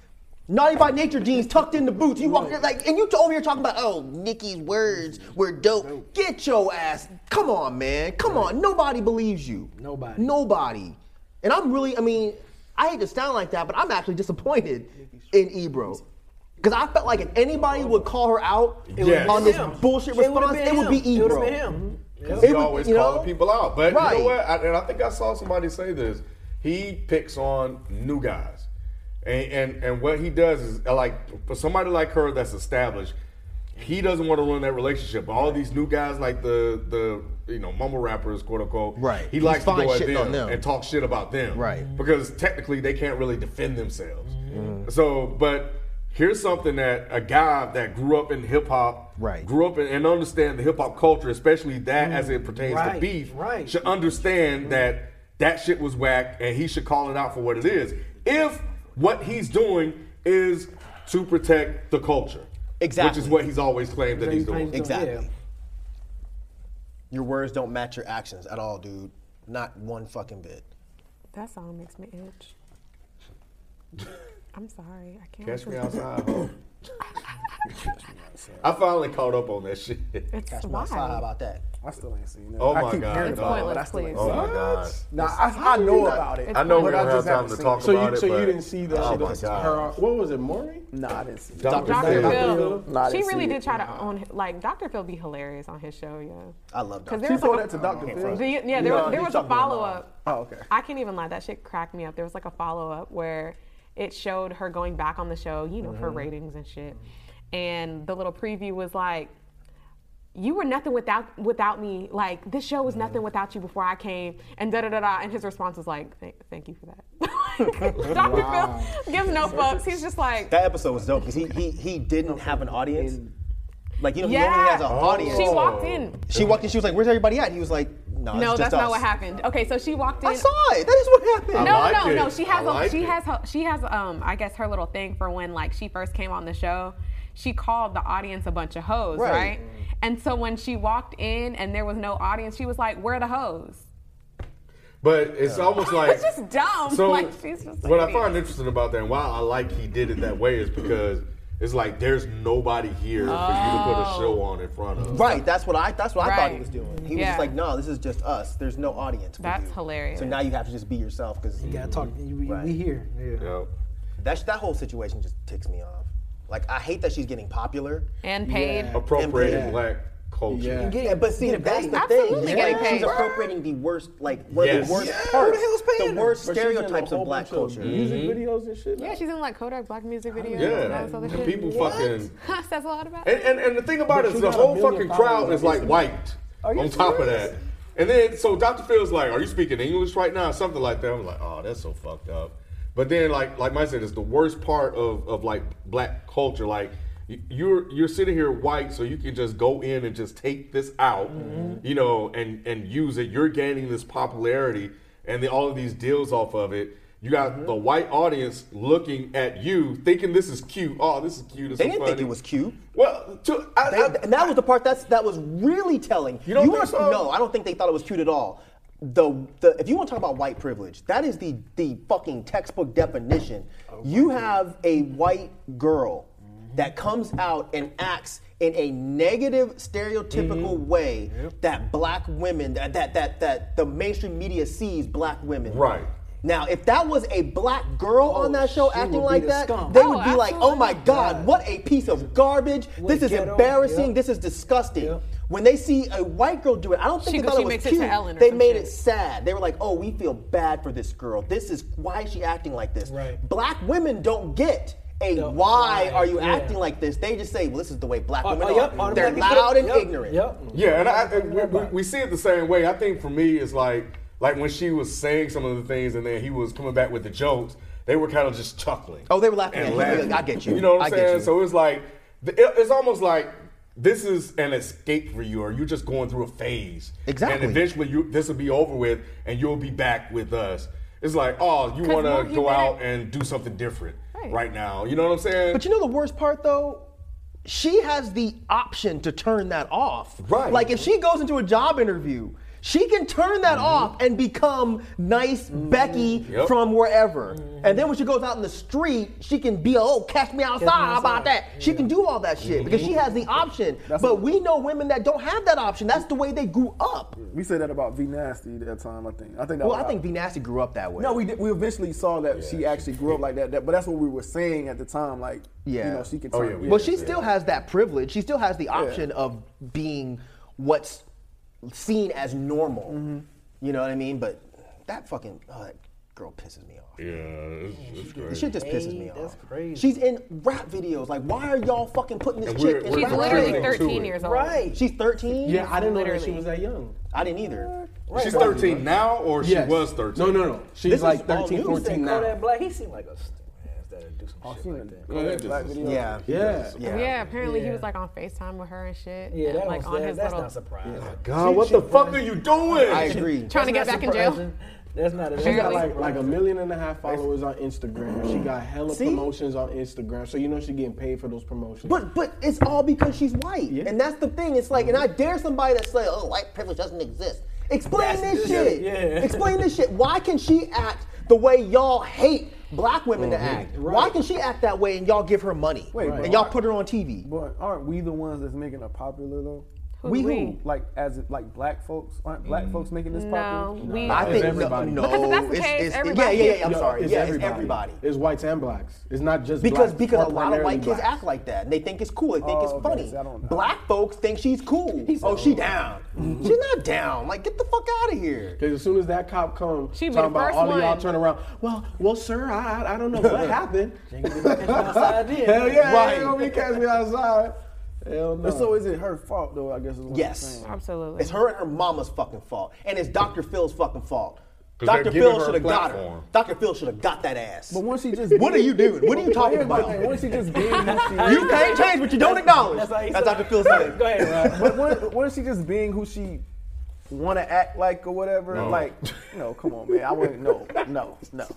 S5: Naughty by nature jeans tucked in the boots. You walk like, and you t- over here talking about, oh, Nikki's words were dope. Get your ass. Come on, man. Come on. Nobody believes you.
S6: Nobody.
S5: Nobody. And I'm really, I mean, I hate to sound like that, but I'm actually disappointed in Ebro. Because I felt like if anybody would call her out
S4: Yes.
S5: on this
S6: Him.
S5: bullshit
S6: It would've
S5: response,
S6: been
S5: it would
S6: him.
S5: be E,
S6: It
S5: Ebro.
S6: would've been him.
S4: Because
S5: It
S4: he
S5: would-
S4: always
S5: you know?
S4: calling people out. But you
S5: Right.
S4: know what? I, and I think I saw somebody say this. He picks on new guys, and and, and what he does is uh, like for somebody like her that's established. He doesn't want to ruin that relationship. But all these new guys, like the the you know mumble rappers, quote unquote,
S5: Right.
S4: He
S5: He's
S4: likes to
S5: fine
S4: go at
S5: shitting
S4: them,
S5: on them.
S4: and talk shit about them,
S5: Right. Mm-hmm.
S4: Because technically they can't really defend themselves. So, but here's something that a guy that grew up in hip hop,
S5: Right.
S4: grew up in, and understand the hip hop culture, especially that as it pertains to
S6: Right,
S4: beef,
S6: right.
S4: should understand that that shit was whack and he should call it out for what it is. If what he's doing is to protect the culture, which
S5: Exactly.
S4: is what he's always claimed that he's
S6: He
S4: doing.
S6: claims to-
S5: Exactly.
S6: yeah.
S5: Your words don't match your actions at all, dude. Not one fucking bit.
S3: That song makes me itch. I'm sorry. I can't.
S4: Catch
S3: listen
S4: me
S3: to-
S4: outside. ho. I finally caught up on that shit.
S3: It's
S5: I'm sorry
S3: why.
S5: about that.
S8: I still ain't seen that.
S4: Oh
S8: I
S4: my
S8: keep
S4: God,
S8: hearing
S3: It's
S4: dog.
S8: about it, but I
S3: pointless,
S8: still ain't
S3: please.
S4: Oh my god!
S6: Nah, I, I know about it.
S4: I know we
S8: But I
S4: don't have
S8: just
S4: time
S8: haven't
S4: to
S8: seen
S4: talk
S8: it. so
S4: about
S8: you,
S4: it.
S8: So
S4: but-
S8: you didn't see the,
S4: Oh
S8: the-
S4: my god!
S8: her? What was it, Maury?
S6: Nah, I didn't see it.
S4: Dr.
S3: Dr.
S4: Phil.
S3: Phil.
S8: Nah, I
S3: she
S8: didn't see
S3: really
S8: it.
S3: did try to own. Like Dr. Phil be hilarious on his show, yeah.
S5: I love
S3: Because
S5: Dr.
S3: there was
S6: Throw
S3: like
S6: that to Dr. Phil.
S3: Do you- yeah, there,
S5: No,
S3: was, there
S5: he's
S3: was a
S5: talking about
S3: follow up.
S6: Oh, okay.
S3: I can't even lie. That shit cracked me up. There was like a follow up where it showed her going back on the show, you know, for ratings and shit. And the little preview was like, "You were nothing without without me. Like this show was nothing without you before I came." And da da da da. And his response was like, "Thank, thank you for that." Dr. Phil gives no fucks. He's just like,
S5: That episode was dope because he, he he didn't have an audience. Like you know,
S3: "Yeah."
S5: he normally has an audience.
S3: She walked
S4: Oh.
S3: in.
S5: She walked in. She was like, "Where's everybody at?" He was like, "No, it's
S3: No,
S5: just
S3: that's
S5: us.
S3: not what happened. Okay, so she walked in.
S5: I saw it. That is what happened.
S4: I
S3: No,
S4: like
S3: no,
S4: it.
S3: no. She
S4: I
S3: has a,
S4: like
S3: she
S4: it.
S3: has her, she has um I guess her little thing for when like she first came on the show. She called the audience a bunch of hoes,
S5: Right.
S3: right? And so when she walked in and there was no audience, she was like, "Where are the hoes?"
S4: But it's almost like
S3: It's just dumb.
S4: So
S3: Like, she's just an
S4: what I
S3: idiot.
S4: find interesting about that, and why I like he did it that way, is because it's like there's nobody here for you to put a
S3: Oh.
S4: show on in front of.
S5: Right. That's what I. That's what I thought he
S3: Right.
S5: was doing. He was
S3: Yeah.
S5: just like, "No, this is just us. There's no audience." For
S3: That's
S5: you."
S3: hilarious.
S5: So now you have to just be yourself because
S6: Yeah, I talk. You, we,
S5: Right.
S6: we here. Yeah.
S4: Yep.
S5: that that whole situation just ticks me off. Like I hate that she's getting popular.
S3: and paid.
S4: Appropriating
S8: Yeah.
S4: black culture.
S8: Yeah.
S5: Yeah, but see, that's the
S3: Absolutely
S5: thing.
S3: getting
S5: She's
S3: paid.
S5: appropriating the worst, like one of
S4: Yes.
S5: the worst
S4: Yeah, who
S5: parts,
S8: the hell's paying her?
S5: worst
S8: But she's in a
S5: stereotypes
S8: whole
S5: of black
S8: bunch of
S5: culture.
S8: Music videos and shit.
S3: Yeah, she's in like Kodak Black music videos.
S4: Yeah.
S3: and all this other
S4: And
S3: shit.
S4: people fucking-
S3: says a lot about.
S4: And,
S3: it.
S4: and and the thing about
S8: But
S4: it is
S8: you
S4: the
S8: got a
S4: whole
S8: million
S4: fucking
S8: followers
S4: crowd
S8: on
S4: is like
S8: Instagram.
S4: white. on top of that. And then, so Dr. Phil's like, "Are you speaking English right now?" Something like that. I'm like, "Oh, that's so fucked up." But then, like, like Mike said, it's the worst part of of like black culture. Like, y- you're you're sitting here white, so you can just go in and just take this out, you know, and and use it. You're gaining this popularity and the, all of these deals off of it. You got the white audience looking at you, thinking this is cute. Oh, this is cute. This
S5: They
S4: is
S5: didn't think
S4: funny."
S5: it was cute.
S4: Well, to, I,
S5: They-
S4: I-
S5: and that was the part that's that was really telling.
S4: You don't
S5: wanna-
S4: think so?
S5: No, I don't think they thought it was cute at all. The, the if you want to talk about white privilege, that is the the fucking textbook definition. you have a white girl that comes out and acts in a negative stereotypical way that black women that, that that that the mainstream media sees black women.
S4: Right.
S5: Now, if that was a black girl on that show
S6: she
S5: acting
S6: would be
S5: like
S6: the
S5: that,
S6: scum.
S5: they
S3: Oh,
S5: would be like, "Oh my
S3: absolutely.
S5: God, what a piece of garbage! This is
S6: ghetto,
S5: embarrassing.
S6: yep.
S5: This is disgusting." When they see a white girl do it, I don't think
S3: She
S5: they
S3: go-
S5: thought
S3: she
S5: it was
S3: makes it to
S5: cute.
S3: Ellen or
S5: they
S3: some
S5: made
S3: shit.
S5: it sad. They were like, "Oh, we feel bad for this girl. This is why is she acting like this."
S6: Right.
S5: Black women don't get. A
S6: Don't-
S5: why,
S6: why,
S5: are you
S6: yeah.
S5: acting like this? They just say, well, this is the way black
S6: Oh,
S5: women
S6: oh, yep,
S5: are. They're
S6: automatically put it-
S5: loud and
S6: yep,
S5: ignorant.
S6: Yep.
S4: Yeah, and I, and we, we, we see it the same way. I think for me, it's like like when she was saying some of the things, and then he was coming back with the jokes. They were kind of just chuckling.
S5: Oh, they were laughing
S4: and
S5: at you.
S4: laughing.
S5: I get you.
S4: You know what
S5: I
S4: I'm
S5: get
S4: saying?
S5: you.
S4: So it's like th- it- it's almost like this is an escape for you, or you're just going through a phase.
S5: Exactly.
S4: And eventually, you this will be over with, and you'll be back with us. It's like, oh, you
S3: 'Cause
S4: want
S3: more
S4: to go out
S3: humanity-
S4: and do something different
S3: Right.
S4: right. now. You know what I'm saying?
S5: But you know the worst part though? She has the option to turn that off.
S4: Right.
S5: Like if she goes into a job interview, she can turn that off and become nice Becky
S4: Yep.
S5: from wherever. And then when she goes out in the street, she can be, oh, catch me outside,
S6: Catch me
S5: about
S6: outside.
S5: that. She can do all that shit because she has the option. but we know women that don't have that option. That's the way they grew up.
S2: We said that about V Nasty that time. I think. I think. That
S5: Well,
S2: was
S5: I think
S2: out.
S5: V Nasty grew up that way.
S2: No, we did, we eventually saw that she actually grew up like that, that. But that's what we were saying at the time. Like,
S5: Yeah.
S2: you know, she can
S4: Oh,
S2: turn.
S4: yeah, we
S2: it.
S5: Well, she still has that privilege. She still has the option
S2: Yeah.
S5: of being what's seen as normal. You know what I mean? But that fucking oh, that girl pisses me off.
S4: yeah, it's, it's
S5: The
S4: crazy.
S5: shit just pisses me
S6: Hey, that's
S5: off.
S6: crazy.
S5: She's in rap videos. Like, why are y'all fucking putting this
S4: And
S5: chick
S4: we're-
S5: in
S4: we're
S3: She's
S5: rap
S3: literally
S4: contributing to
S5: videos?
S4: it.
S3: 13 years old.
S6: Right.
S5: She's 13.
S7: Yeah, I didn't know that she
S3: Literally.
S7: was that young.
S5: I didn't either.
S4: She's 13 now, or she
S7: Yes.
S4: was 13.
S7: No, no, no. She's
S5: This is
S7: like
S5: all
S7: 13,
S5: news. They
S7: 14
S6: Call
S7: now.
S6: that black. He seemed like a stupid ass that'd do
S8: Oh,
S6: some shit like that.
S4: Yeah, that
S2: Black
S4: just-
S2: video.
S5: Yeah.
S7: Yeah.
S3: Yeah, apparently he
S6: Yeah.
S3: was like on FaceTime with her and shit.
S6: Yeah,
S3: and,
S6: that
S3: like
S6: was,
S3: on
S6: that,
S3: his
S6: that's
S3: little
S6: not surprising.
S4: God, what the fuck are you doing?
S5: I agree.
S3: trying to get
S6: That's
S3: back in
S6: not
S3: jail.
S6: surprising. That's not. That's
S7: She got
S3: Barely.
S7: like, like a million and a half followers on Instagram. She
S8: Mm-hmm.
S7: got hella promotions on Instagram. So you know she getting paid for those promotions.
S5: But but it's all because she's white, and that's the thing. It's like, and I dare somebody that say, "Oh, white privilege doesn't exist." Explain
S6: That's-
S5: this
S6: yeah,
S5: shit.
S6: yeah.
S5: Explain this shit. Why can she act the way y'all hate black women to act? Why can she act that way and y'all give her money
S2: Wait, but
S5: and y'all
S2: why-
S5: put her on TV?
S2: But aren't we the ones that's making it popular though?
S5: we who? Mm.
S2: Like as like black folks aren't black folks making this
S3: No,
S2: popular?
S3: we.
S5: I think
S7: everybody.
S5: no, no.
S3: Because if that's the
S5: it's,
S3: case,
S5: it's-
S3: everybody-
S5: Yeah, yeah, yeah. I'm
S7: No,
S5: sorry. yeah, it's everybody.
S7: It's whites and blacks. It's not just
S5: Because
S7: blacks,
S5: because a lot
S7: or
S5: of
S7: primarily
S5: white kids
S7: blacks.
S5: act like that and they think it's cool. They think
S2: Oh,
S5: it's
S2: okay,
S5: funny.
S2: see, I don't know.
S5: Black folks think she's cool. oh, she down. She's not down. Like get the fuck out of here.
S7: Because as soon as that cop comes,
S3: She
S7: talking
S3: be the
S7: about
S3: first
S7: all of y'all
S3: one.
S7: turn around. Well, well, sir, I I- I don't know what happened.
S6: outside then.
S7: Hell
S5: Right.
S7: yeah, right. ain't gonna be catch me outside. Hell no.
S2: So is it her fault though? I guess is what
S5: Yes.
S2: I'm saying.
S3: Absolutely.
S5: It's her and her mama's fucking fault, and it's Dr. Phil's fucking fault.
S4: 'Cause
S5: Dr.
S4: they're giving
S5: Phil
S4: her a
S5: should have got her.
S4: platform.
S5: Dr. Phil should have got that ass.
S2: But once she just
S5: What are you doing? What are you talking
S2: Here's my
S5: about?
S2: thing. Once she just being who she is,
S5: you can't change what you don't acknowledge. That's,
S6: that's how
S5: Dr.
S6: you
S5: Phil said.
S6: Go ahead, Rob.
S2: but once, once she just being who she want to act like or whatever,
S4: No.
S2: like no, come on, man, I wouldn't. No, no, no.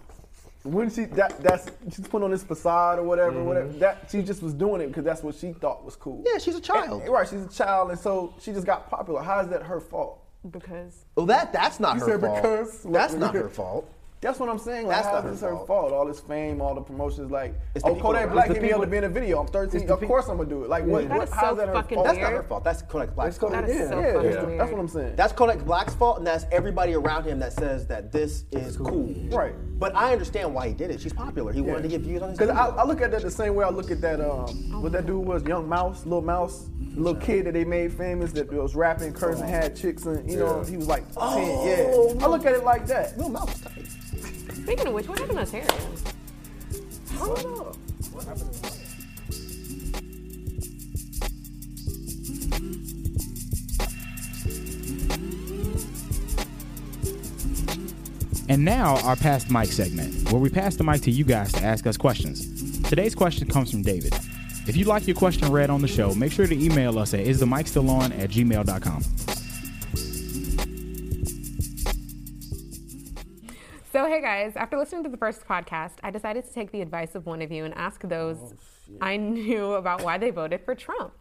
S2: When she that that's she's putting on this facade or whatever, whatever. That she just was doing it because that's what she thought was cool.
S5: Yeah, she's a child.
S2: And- right, she's a child, and so she just got popular. How is that her fault?
S3: because
S5: Well, that that's not her
S2: said
S5: fault.
S2: because-
S5: that's not her fault.
S2: That's what I'm saying. Like,
S5: That's
S2: how
S5: not
S2: is
S5: her
S2: her
S5: fault.
S2: fault. All this fame, all the promotions, like,
S5: It's the
S2: oh,
S5: people
S2: Kodak
S5: around.
S2: Black
S5: It's the
S2: hit me up to
S5: people-
S2: be in a video. I'm 13. Of course I'm gonna do it. Like, what?
S3: That
S2: what
S3: is
S2: how
S3: so
S2: is that her
S3: fucking
S2: fault?
S5: That's
S3: weird.
S5: not her fault. That's Kodak Black's
S2: That's Kodak-
S5: fault.
S3: That is
S2: yeah,
S3: so
S2: yeah,
S3: fucking
S2: yeah.
S3: weird.
S2: That's what I'm saying.
S5: That's Kodak Black's fault, and that's everybody around him that says that this is cool.
S2: Right.
S5: But I understand why he did it. She's popular. He wanted to get views on his.
S2: Because I,
S5: video.
S2: I look at that the same way I look at that, um, what that dude was, Young Mouse, Little Mouse, little kid that they made famous that was rapping, cursing, had chicks, and, you know, he was like 10,
S7: Oh,
S2: yeah. I look at it like that.
S5: Lil Mouse is tight.
S3: speaking of which, what happened to Terry?
S2: I don't know.
S1: And now our past mic segment, where we pass the mic to you guys to ask us questions. Today's question comes from David. If you'd like your question read on the show, make sure to email us at isthemicstillon at gmail.com.
S3: So, hey guys, after listening to the first podcast, I decided to take the advice of one of you and ask those
S6: Oh,
S3: I knew about why they voted for Trump.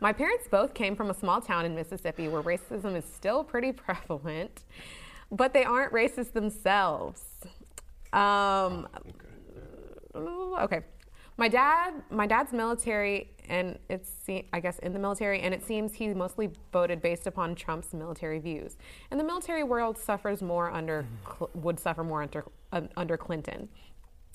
S3: My parents both came from a small town in Mississippi where racism is still pretty prevalent, but they aren't racist themselves. Um, Ooh, okay. My dad, my dad's military, and it's se- I guess in the military, and it seems he mostly voted based upon Trump's military views. And the military world suffers more under Cl- would suffer more under uh, under Clinton.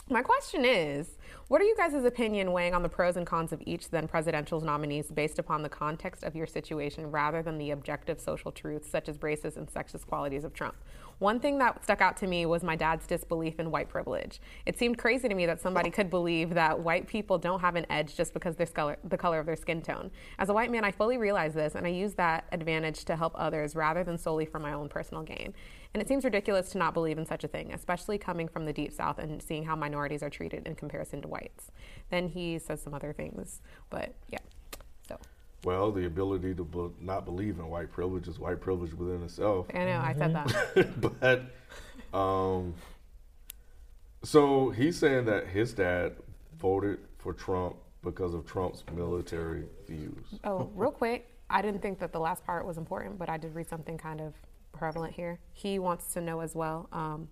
S3: My question is, what are you guys' opinion weighing on the pros and cons of each then presidential nominees based upon the context of your situation rather than the objective social truths such as racist and sexist qualities of Trump? One thing that stuck out to me was my dad's disbelief in white privilege. It seemed crazy to me that somebody could believe that white people don't have an edge just because they're color, the color of their skin tone. As a white man, I fully realize this and I use that advantage to help others rather than solely for my own personal gain. And it seems ridiculous to not believe in such a thing, especially coming from the deep south and seeing how minorities are treated in comparison to whites. Then he says some other things, but yeah. So
S4: Well, the ability to bel- not believe in white privilege is white privilege within itself.
S3: I know I said that.
S4: but um, so he's saying that his dad voted for Trump because of Trump's military views.
S3: Oh, real quick, I didn't think that the last part was important, but I did read something kind of prevalent here. He wants to know as well. Um,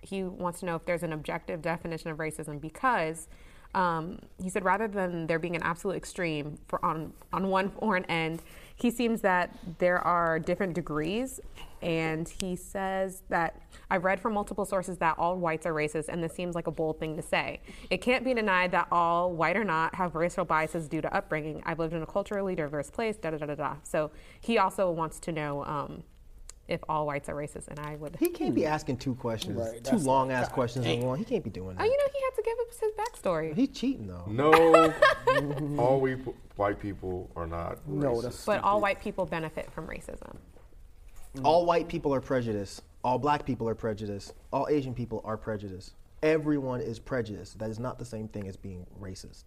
S3: he wants to know if there's an objective definition of racism because um, he said rather than there being an absolute extreme for on on one or an end, he seems that there are different degrees, and he says that I've read from multiple sources that all whites are racist, and this seems like a bold thing to say. It can't be denied that all, white or not, have racial biases due to upbringing. I've lived in a culturally diverse place, da da da da da. So he also wants to know um, if all whites are racist, and I would.
S5: He can't be asking two questions, two long ass questions in one. He can't be doing
S3: oh,
S5: that.
S3: you know, he had to give us his backstory.
S5: He's cheating though.
S4: No, all we p- white people are not.
S2: No,
S4: racist.
S2: that's
S3: but all white people benefit from racism.
S5: All white people are prejudiced. All black people are prejudiced. All Asian people are prejudiced. Everyone is prejudiced. That is not the same thing as being racist.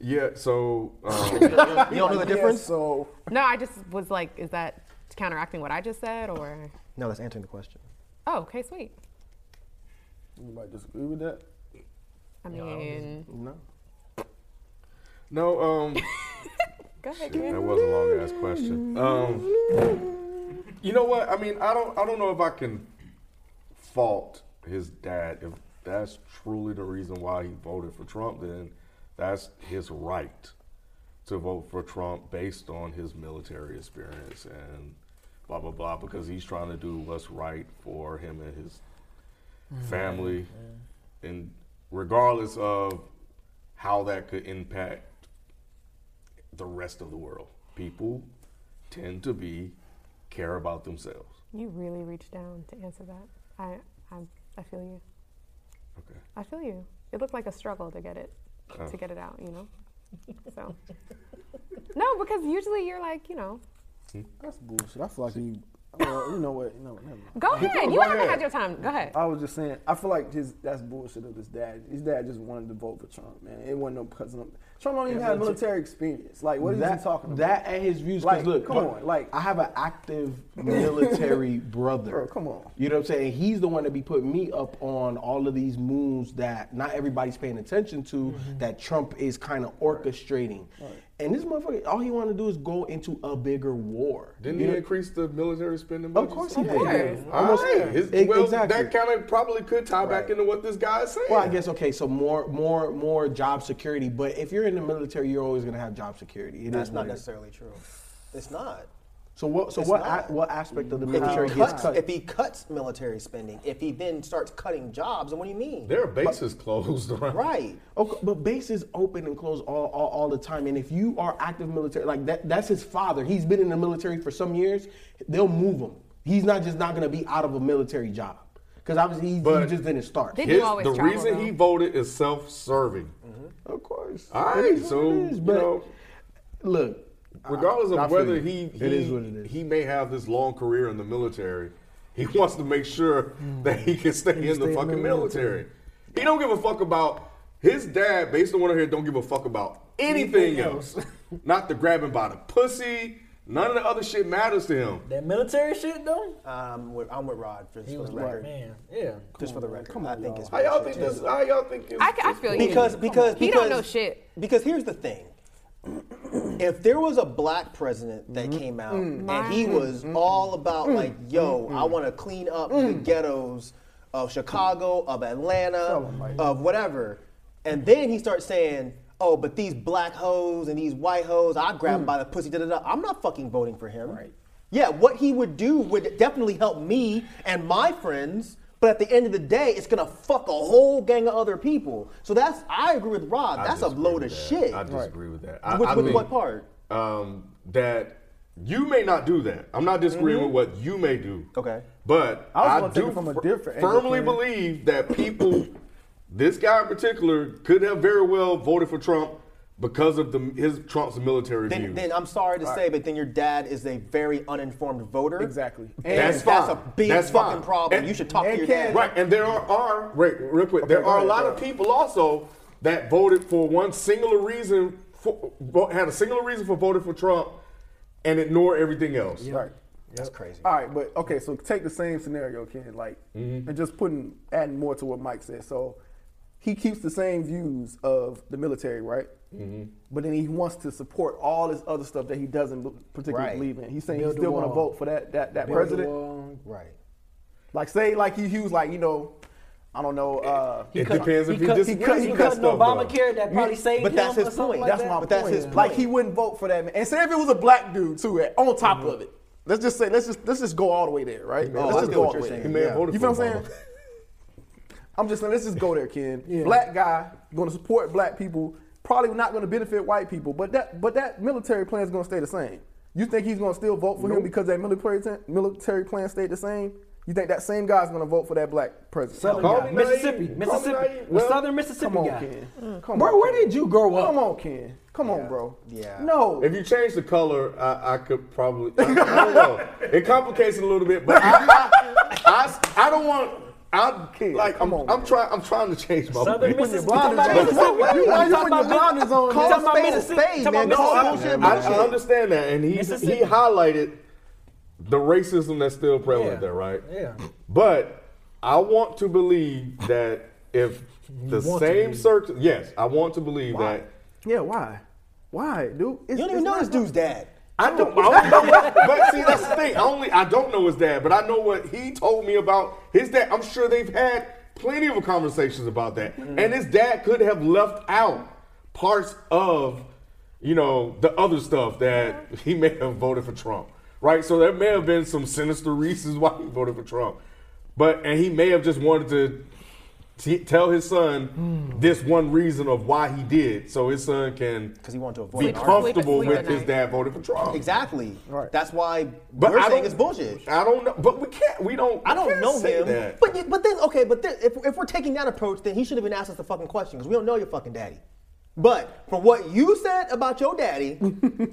S4: yeah. So um,
S5: You don't know the
S2: Yeah,
S5: difference?
S2: So
S3: No, I just was like, is that counteracting what I just said, or?
S5: No, that's answering the question.
S3: Oh, okay, sweet.
S2: you might disagree with that.
S3: I mean,
S2: No.
S4: no, um,
S3: go ahead.
S4: that was a long ass question. Um, you know what? I mean, I don't. I don't know if I can fault his dad if that's truly the reason why he voted for Trump. Then that's his right to vote for Trump based on his military experience and blah blah blah because he's trying to do what's right for him and his family, and regardless of how that could impact the rest of the world, people tend to be care about themselves.
S3: You really reached down to answer that. I, I, I feel you.
S4: Okay.
S3: I feel you. It looked like a struggle to get it, to get it out. You know. So. no, because usually you're like, you know,
S2: That's bullshit. I feel like you. Well, you know what? You know what? Never mind.
S3: go ahead. You
S4: go
S3: haven't
S4: ahead.
S3: had your time. Go ahead.
S2: I was just saying. I feel like his that's bullshit of his dad. His dad just wanted to vote for Trump, man. It wasn't no cousin. of- Trump don't even have military experience. Like, what is
S7: that,
S2: he talking about?
S7: That and his views. 'cause
S2: Like,
S7: look,
S2: come
S7: my-
S2: on, like-
S7: I have an active military brother.
S2: Bro, come on.
S7: You know what I'm saying? He's the one that be putting me up on all of these moves that not everybody's paying attention to. That Trump is kind of orchestrating. And this motherfucker, all he want to do is go into a bigger war.
S4: Didn't
S7: You
S4: he
S7: know-
S4: increase the military spending?
S7: Of
S4: budget?
S7: course he
S4: Yeah.
S7: did.
S4: Almost. His,
S7: E-
S4: well,
S7: exactly.
S4: that kind of probably could tie back into what this guy is saying.
S7: Well, I guess okay. So more, more, more job security. But if you're in the military, you're always gonna have job security. It
S5: That's
S7: is
S5: not
S7: what it is.
S5: necessarily true. It's not.
S7: So what? So
S5: It's
S7: what?
S5: not.
S7: a- what aspect of the
S5: If
S7: military
S5: he,
S7: gets
S5: cuts,
S7: cut?
S5: if he cuts military spending, if he then starts cutting jobs, then what do you mean?
S4: There are bases closed around.
S5: right.
S7: Okay, but bases open and close all, all, all the time. And if you are active military, like that, that's his father. He's been in the military for some years. They'll move him. He's not just not going to be out of a military job because obviously he, he
S4: But-
S7: just didn't start.
S3: They do
S4: His-
S3: always
S4: the
S3: travel,
S4: reason he
S3: though.
S4: voted is self-serving.
S7: of course.
S4: All
S7: It
S4: right,
S7: is what
S4: so
S7: it is,
S4: you
S7: but
S4: know,
S7: look,
S4: Uh, regardless
S7: I
S4: of
S7: feel
S4: whether
S7: you.
S4: he he,
S7: It is what it is.
S4: he may have this long career in the military, He wants to make sure that he can stay in the
S6: stay in
S4: fucking
S6: the
S4: military. He don't give a fuck about his dad. Based on what I hear, don't give a fuck about anything else. Not the grabbing by the pussy. None of the other shit matters to him.
S9: That military shit though.
S5: Um, with, I'm with Rod for,
S9: He
S5: for
S9: was
S5: the
S9: black
S5: record.
S9: man. Yeah.
S5: Just for the record, I think it's
S4: How y'all think this? How y'all think it's,
S3: I, ca- I feel you.
S5: because because
S3: he
S5: because,
S3: don't know shit.
S5: Because here's the thing: if there was a black president that came out and he was all about like, "Yo, I want to clean up the ghettos of Chicago, of Atlanta, of whatever," and then he starts saying. Oh, but these black hoes and these white hoes, I grab 'em by the pussy. Da, da, da. I'm not fucking voting for him. Right. Yeah, what he would do would definitely help me and my friends, but at the end of the day, it's gonna fuck a whole gang of other people. So that's I agree with Rob.
S4: I
S5: that's a
S4: disagree
S5: load
S4: with
S5: of
S4: that.
S5: shit.
S4: I disagree with that. I,
S5: Which-
S4: I
S5: with
S4: think,
S5: what part?
S4: Um, that you may not do that. I'm not disagreeing with what you may do.
S5: Okay.
S4: But
S2: Mm-hmm. I was
S4: I,
S2: gonna take
S4: do
S2: it from a
S4: fir-
S2: different angle,
S4: firmly
S2: Ken.
S4: believe that people, this guy in particular, could have very well voted for Trump because of the his Trump's military
S5: Then,
S4: views.
S5: then I'm sorry to say, but then your dad is a very uninformed voter.
S2: Exactly.
S5: And
S4: That's
S5: that's,
S4: fine.
S5: a big
S4: That's
S5: fucking
S4: fine.
S5: problem.
S4: And-
S5: you should talk to
S2: and
S5: your
S2: Ken-
S5: dad.
S4: Right, and there are, are wait, real quick, there
S2: go
S4: are a
S2: ahead,
S4: lot
S2: go
S4: of people also that voted for one singular reason, for, vo- had a singular reason for voting for Trump, and ignore everything else.
S2: Right.
S5: That's crazy.
S4: Uh,
S2: All right, but okay, so take the same scenario, Ken, like, and just putting, adding more to what Mike said. So he keeps the same views of the military, right? But then he wants to support all this other stuff that he doesn't b- particularly
S5: Right.
S2: believe in. He's saying
S6: Build
S2: he's
S6: the
S2: still going to
S6: wall.
S2: vote for that that, that
S6: Build the
S2: president.
S6: wall.
S5: Right.
S2: Like, say, like he, he was like, you know, I don't know. Uh,
S4: It depends if he
S2: cut- he cut-
S4: disagrees
S2: he
S4: with that
S2: cut
S9: Cutting
S4: stuff. though.
S9: Obamacare that probably saved
S5: But
S9: him
S5: that's
S9: or
S5: his
S9: something
S5: point.
S9: Like
S2: That's
S9: that.
S2: my
S5: But that's
S2: point.
S5: his
S2: Like
S5: point.
S2: he wouldn't vote for that man. And say if it was a black dude too, eh, on top of it. Let's just say let's just let's just go all the way there, right?
S5: I
S2: let's just
S5: see
S2: go
S5: what
S2: all the
S5: you're
S2: way
S5: saying.
S4: Mm-hmm.
S2: there.
S4: He may have
S5: Yeah.
S4: voted
S2: You
S4: for
S2: feel what I'm
S4: Obama.
S2: saying? I'm just saying let's just go there, Ken. Black guy going to support black people, probably not going to benefit white people, but that but that military plan is going to stay the same. You think he's going to still vote for him because that military t- military plan stayed the same? You think that same guy's going to vote for that black president?
S6: Southern
S4: Call
S6: guy.
S4: me naive.
S6: Mississippi.
S4: Call me
S6: Mississippi.
S4: naive.
S6: A
S4: Well,
S6: Southern Mississippi
S2: Come on,
S6: guy.
S2: Ken. Come
S6: Bro,
S2: on,
S6: where
S2: Ken.
S6: did you grow up?
S2: Come on, Ken. Come on, bro.
S5: Yeah.
S2: No.
S4: If you change the color, I, I could probably. I, I don't know. It complicates it a little bit, but I, I, I, I don't want. I
S2: Kid,
S4: like. I'm,
S2: come on,
S4: I'm
S2: man.
S4: trying. I'm trying to change my.
S9: Southern
S4: beliefs.
S9: Mississippi.
S2: blinders
S9: Talking about
S2: on.
S9: Mississippi.
S2: Why you- why you
S9: Talking
S2: putting your
S9: about
S2: blinders on,
S9: Talking
S2: man?
S9: about
S5: Spade a
S9: Mississippi.
S5: spade,
S9: Talking
S5: man.
S9: about
S4: No, I,
S5: Bullshit,
S4: I-
S9: Mississippi.
S4: I understand that, and he he
S9: Mississippi.
S4: highlighted the racism that's still prevalent
S9: Yeah.
S4: there, right?
S9: Yeah.
S4: But I want to believe that if the
S9: want to
S4: same
S9: believe.
S4: circum, yes, I want to believe that.
S2: Yeah, why? Why, dude? It's,
S5: You don't even know this dude's dad.
S4: I don't, I don't know what, but see that's the thing. I only I don't know his dad, but I know what he told me about his dad. I'm sure they've had plenty of conversations about that, and his dad could have left out parts of you know the other stuff that he may have voted for Trump, right? So there may have been some sinister reasons why he voted for Trump, but and he may have just wanted to. t- tell his son this one reason of why he did, so his son can
S5: 'Cause he wanted to avoid
S4: be
S5: an argument.
S4: comfortable
S3: Sleep-
S4: with
S3: sleep
S4: his
S3: at night.
S4: dad voted for Trump.
S5: Exactly.
S2: Right.
S5: That's why
S4: But
S5: we're
S4: I
S5: saying
S4: don't-
S5: it's bullshit.
S4: I don't know. But we can't. We don't.
S5: I
S4: we
S5: don't
S4: can't
S5: know
S4: say
S5: him.
S4: That.
S5: But y- but then okay, but then, if if we're taking that approach, then he should have been asked us the fucking question because we don't know your fucking daddy. But from what you said about your daddy,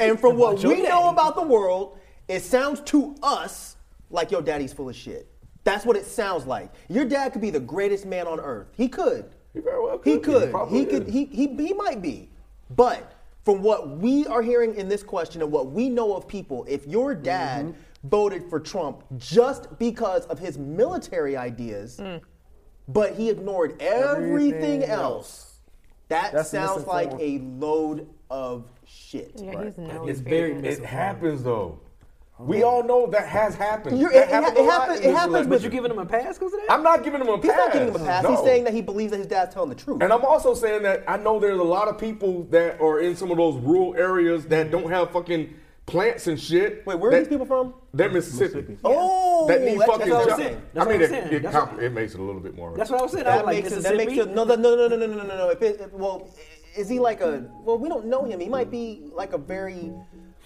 S5: and from what we know about the world, it sounds to us like your daddy's full of shit. That's what it sounds like. Your dad could be the greatest man on earth. He could.
S4: He very well
S5: He
S4: could be. He
S5: could.
S4: Oh, probably
S5: He could.
S4: is.
S5: He, he he might be. But from what we are hearing in this question and what we know of people, if your dad voted for Trump just because of his military ideas, but he ignored everything,
S2: Everything
S5: else, that
S2: That's
S5: sounds like a
S2: misinformed.
S5: load of shit.
S3: Yeah, he's no.
S9: It's very
S4: it
S9: Mississippi.
S4: happens though. We all know that has happened.
S5: You're-
S4: That
S5: it- it
S4: happened
S5: ha-
S4: a
S5: it
S4: lot
S5: happens-
S4: in
S5: it
S4: this
S5: happens, but
S4: election.
S6: You giving him a pass because of that?
S4: I'm not giving him a pass.
S5: He's not giving him a pass. He's
S4: No.
S5: saying that he believes that his dad's telling the truth.
S4: And I'm also saying that I know there's a lot of people that are in some of those rural areas that don't have fucking plants and shit.
S5: Wait, where are
S4: that,
S5: these people from?
S4: They're Mississippi.
S5: Oh,
S4: that need
S5: that's-
S4: fucking
S5: that's what I'm
S4: jobs.
S5: saying.
S4: I
S6: That's
S4: mean,
S6: what I'm
S4: it,
S6: saying.
S4: it,
S6: That's
S4: comp- it makes it a little bit more.
S6: That's what I was saying. I was
S5: That
S6: like
S5: makes it. That makes it.
S6: Mississippi.
S5: No, no, no, no, no, no, no, no, no. If it, if, well, is he like a? Well, we don't know him. He might be like a very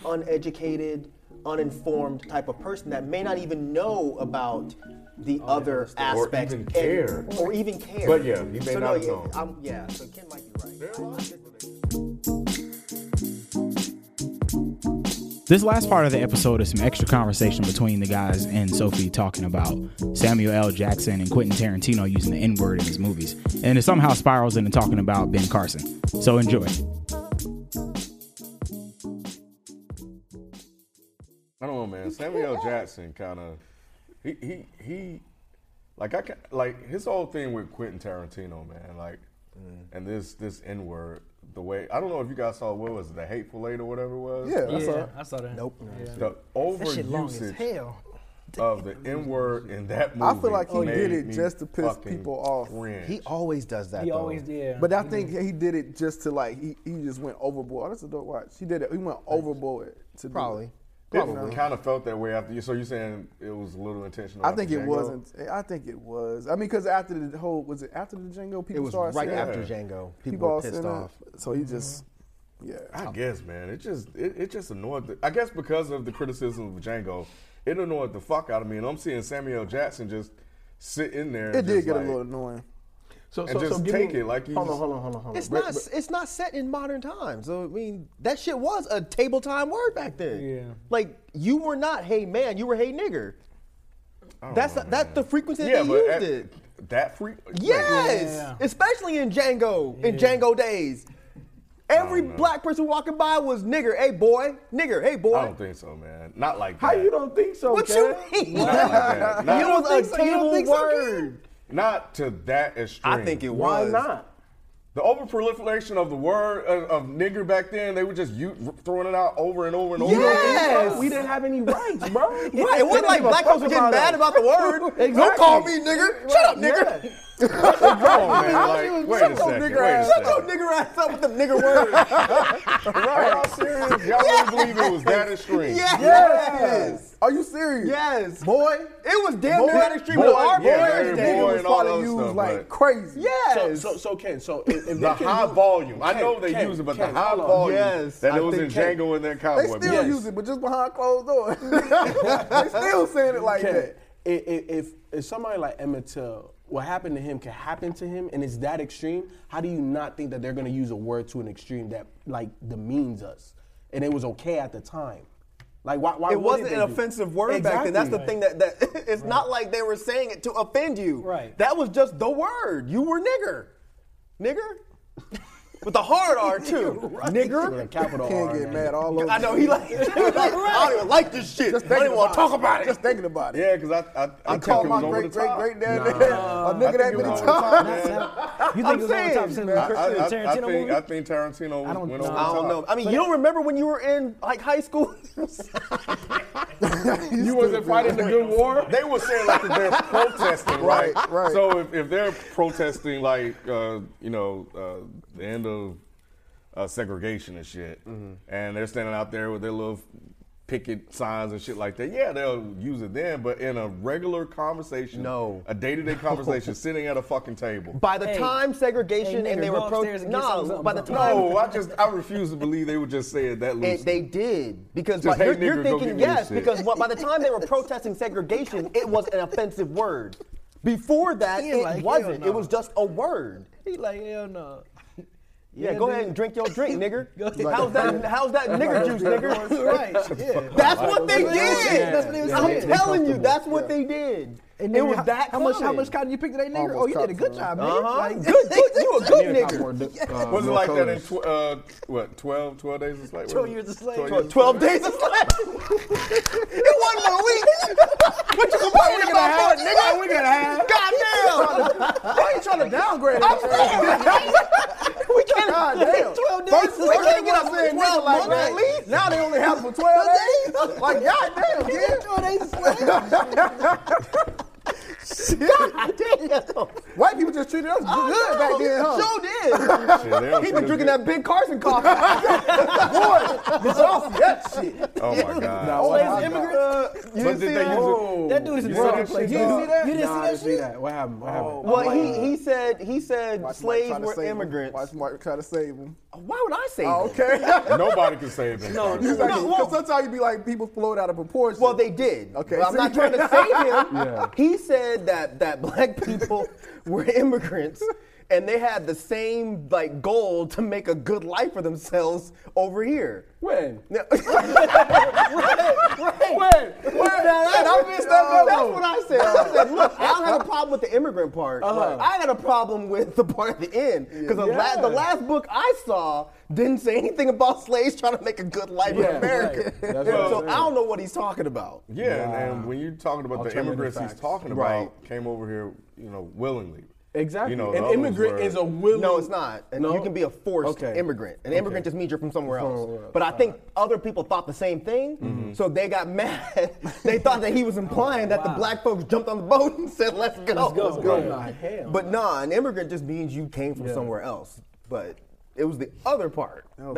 S5: uneducated, uninformed type of person that may not even know about the
S4: Oh,
S5: other
S4: Or
S5: aspects
S4: even
S5: and-
S4: care.
S5: or even care.
S4: But yeah, he may
S5: so
S4: not
S5: no,
S4: know.
S5: Yeah, I'm- yeah, so Ken might be right.
S4: There are a lot of-
S1: This last part of the episode is some extra conversation between the guys and Sophie talking about Samuel L. Jackson and Quentin Tarantino using the N word in his movies. And it somehow spirals into talking about Ben Carson. So enjoy.
S4: I don't know, man. Samuel Jackson kind of he he he like I can like his whole thing with Quentin Tarantino, man. Like
S2: Mm.
S4: and this this N word, the way I don't know if you guys saw what was it, the hateful eight or whatever it was.
S2: Yeah,
S8: I saw it. I saw that.
S5: Nope.
S8: Yeah.
S4: The
S8: That shit long as
S4: overusage
S8: hell.
S4: of the N word in that
S2: I
S4: movie.
S2: feel like he did it
S4: made
S2: just to
S4: me
S2: piss
S4: fucking
S2: people off.
S4: cringe.
S5: He always does that.
S8: He
S5: though.
S8: always did.
S2: But I think he did it just to like he, he just went overboard. Oh, that's a dope watch. He did it. He went overboard to do it.
S5: Probably.
S4: It kind of felt that way after you. So you're saying it was a little intentional?
S2: I
S4: after
S2: think it
S4: Django?
S2: wasn't. I think it was. I mean, because after the whole was it after the Django people
S5: It was
S2: started
S5: right
S2: saying
S5: after
S2: it?
S5: Django. People,
S2: all
S5: were pissed
S2: saying
S5: off.
S2: That. So he just yeah.
S5: Oh.
S4: I guess, man. It just it, it just annoyed. The, I guess because of the criticism of Django, it annoyed the fuck out of me. And I'm seeing Samuel Jackson just sit in there. and
S2: It did
S4: just
S2: get
S4: like-
S2: a little annoying.
S7: So,
S4: And just
S7: give
S4: take it like you
S7: Hold on,
S4: just-
S7: hold on, hold on, hold on.
S5: It's not. It's not set in modern times. So I mean, that shit was a table time word back then.
S8: Yeah.
S5: Like you were not hey man, you were hey nigger.
S4: I don't
S5: That's
S4: know,
S5: not, that's the
S4: man.
S5: frequency
S4: Yeah,
S5: that they
S4: but
S5: used
S4: at-
S5: it.
S4: That freak.
S5: Yes,
S8: Yeah.
S5: especially in Django, in Django days. Every black person walking by was nigger. Hey boy, nigger. Hey boy.
S4: I don't think so, man. Not like that.
S7: How you don't think so,
S5: what
S7: Kev?
S5: you mean?
S4: Not like that. Not,
S5: it was
S7: so?
S5: a
S7: You don't
S5: table
S7: think so,
S5: word.
S4: not to that extreme.
S5: I think it
S7: Why
S5: was.
S7: not?
S4: The overproliferation of the word of, of nigger back then, they were just u- throwing it out over and over and over.
S5: Yes.
S7: We didn't have any rights, bro.
S5: Right, it wasn't like black folks were getting mad about the word. Don't call me nigger. Shut up, nigger.
S4: Come on, man. Like, wait a second. Wait a
S5: Shut
S4: second.
S5: your nigger ass up with them nigger words.
S4: Are y'all serious? Y'all really believe it was that extreme?
S5: yes.
S2: Yes. Are you serious?
S5: Yes.
S2: Boy,
S5: It was damn
S2: Boy,
S5: near that extreme.
S2: boy,
S5: but our
S4: yeah,
S5: boys
S2: that
S4: very
S5: did.
S2: nigga
S4: boy
S2: was
S4: and all
S2: probably
S4: that
S2: used
S4: stuff,
S2: like
S4: but-
S2: crazy.
S7: So,
S5: Yes.
S7: so, so Ken, so if, if
S4: The
S7: they can
S4: high
S7: do-
S4: volume. I
S7: Ken,
S4: know they
S7: Ken,
S4: use it, but
S7: Ken,
S4: the high
S7: hold on.
S4: volume
S5: Yes,
S4: that
S5: I
S4: it was in
S5: think
S4: Django and that
S2: They
S4: cowboy.
S2: still
S4: Yes.
S2: use it, but just behind closed doors. they still saying it like
S7: Ken,
S2: that.
S7: i- i- If, if somebody like Emmett Till, what happened to him can happen to him, and it's that extreme. How do you not think that they're going to use a word to an extreme that like demeans us? And it was okay at the time. Like why? why
S5: It
S7: wouldn't
S5: wasn't
S7: they
S5: an
S7: do-
S5: offensive word back then. That's the
S7: Exactly.
S5: thing that, that it's not like they were saying it to offend you.
S8: Right.
S5: That was just the word. You were nigger. Nigger? With the hard R too.
S7: With a
S5: Nigger?
S7: capital
S2: Can't
S7: R,
S2: get
S7: man.
S2: mad all over.
S5: I know he like, he was like, I don't even like this shit. I don't even want to talk about it.
S2: Just thinking about it.
S4: Yeah, because I, I, I,
S2: I
S4: think
S2: called
S4: it
S2: my
S4: was over
S2: great
S4: the
S2: great
S4: top.
S2: great dad a nigga that many times.
S8: You think it
S5: I'm
S8: was on the top
S5: saying,
S8: since
S4: I,
S8: the
S4: I, I,
S8: Tarantino
S4: think,
S8: movie?
S4: I think Tarantino
S8: I don't
S4: went
S8: know.
S4: over the
S5: I
S4: top.
S5: don't know. I mean, you don't remember when you were in like high school?
S4: You wasn't fighting the good war. They were saying like they're protesting, right?
S2: Right, right.
S4: So if, if they're protesting like uh, you know uh, the end of uh, segregation and shit, and they're standing out there with their little picket signs and shit like that, yeah, they'll use it then. But in a regular conversation,
S5: No.
S4: a day to day conversation, sitting at a fucking table.
S5: By the
S8: Hey.
S5: time segregation
S8: Hey,
S5: and they
S8: nigger,
S5: were
S8: go
S5: pro,
S8: upstairs and get
S5: nah,
S8: some- something,
S5: by the
S8: something.
S5: time
S4: No, I just I refuse to believe they were just saying that loosely.
S5: It, they did because
S4: Just,
S5: by-
S4: "Hey,
S5: you're, you're
S4: nigger, go get
S5: thinking
S4: me this
S5: yes
S4: shit."
S5: because what, by the time they were protesting segregation, it was an offensive word. Before that,
S8: He
S5: it
S8: like, hell
S5: wasn't.
S8: no.
S5: It was just a word.
S8: He like, hell no.
S5: Yeah, go ahead and drink your drink, nigger.
S8: Go ahead.
S5: How's that? How's that nigger juice, nigger?
S8: Right, yeah.
S5: That's what they
S8: That's what they
S5: did.
S8: did. That's what they was
S5: I'm
S8: saying.
S5: telling you, that's what they did.
S8: And
S5: it
S8: then
S5: was
S8: how,
S5: that
S8: how much? How
S5: common.
S8: much cotton you picked today, nigga? Oh, you did a good job, nigga.
S5: Uh-huh.
S8: Like,
S5: good, good. You a good nigger.
S4: was it like that in tw- uh, what 12, 12 days of slave?
S8: 12 years a slave.
S4: 12 years-
S5: 12 days of slavery. it wasn't a week. What you complaining about, for, nigga?
S8: we gotta have.
S5: Goddamn.
S8: Why you trying to downgrade it?
S5: I'm saying. we can't.
S8: Goddamn.
S5: 12 days.
S8: First
S5: we
S8: of all,
S5: can't get up
S8: everyone
S5: to
S8: said nigga
S5: 12
S8: like
S5: months
S8: that.
S5: at least.
S8: Now they only have for 12 days.
S5: Like, goddamn, kid.
S8: 12 days slave.
S5: Goddamn.
S2: White people just treated us good back then, huh?
S5: Sure did.
S4: Yeah, they don't
S5: He
S4: treat
S5: been
S4: us
S5: drinking
S4: good.
S5: that big Carson coffee.
S2: Boy, did y'all see that shit?
S4: Oh my god.
S2: Oh,
S8: Slaves,
S2: my
S5: uh,
S2: God.
S8: immigrants.
S5: You
S4: But did
S5: didn't
S4: they use
S5: see that?
S4: it?
S8: That dude is in
S4: You
S8: the
S4: saw that
S8: place.
S4: shit,
S8: You didn't
S4: dog?
S8: see that? You didn't see
S7: Nah, I
S8: that
S7: didn't see
S8: shit?
S7: that. What happened? What happened?
S5: Well, he, he said he said
S2: Watch Mark
S5: slaves
S2: trying to
S5: were
S2: save him.
S5: immigrants.
S2: Watch Mark try to save him.
S5: Why would I say
S2: Oh,
S5: that?
S2: okay.
S4: Nobody can save him. No,
S2: He's like,
S5: No,
S2: 'cause
S5: well-
S2: sometimes you be like, people blow it out of proportion.
S5: Well, they did.
S2: Okay,
S5: But I'm
S2: so
S5: not
S2: you-
S5: trying to save him. He said that that black people were immigrants, and they had the same like goal to make a good life for themselves over here.
S7: When?
S5: right, right. When? I missed that. That's what I said. I said, look, I don't have a problem with the immigrant part.
S7: Uh-huh.
S5: I had a problem with the part at the end because the, la- the
S7: Yeah.
S5: last book I saw didn't say anything about slaves trying to make a good life in
S7: Yeah,
S5: America.
S7: right. That's what I'm
S5: so
S7: saying.
S5: I don't know what he's talking about.
S4: Yeah, and, and when you're talking about the
S5: Alternative
S4: immigrants
S5: facts.
S4: he's talking about
S5: Right.
S4: came over here, you know, willingly.
S7: Exactly.
S4: You know, the
S7: An
S4: others
S7: immigrant
S4: were-
S7: is a willing.
S5: No, it's not. And
S7: No?
S5: You can be a forced
S7: Okay.
S5: immigrant. An
S7: Okay.
S5: immigrant just means you're from somewhere
S7: From
S5: else.
S7: somewhere else. Mm-hmm.
S5: But I think other people thought the same thing, so they got mad. they thought that he was implying that the black folks jumped on the boat and said, "Let's go."
S9: Let's go. Let's go.
S7: Right. Hell.
S5: But nah, an immigrant just means you came from somewhere else. But it was the other part that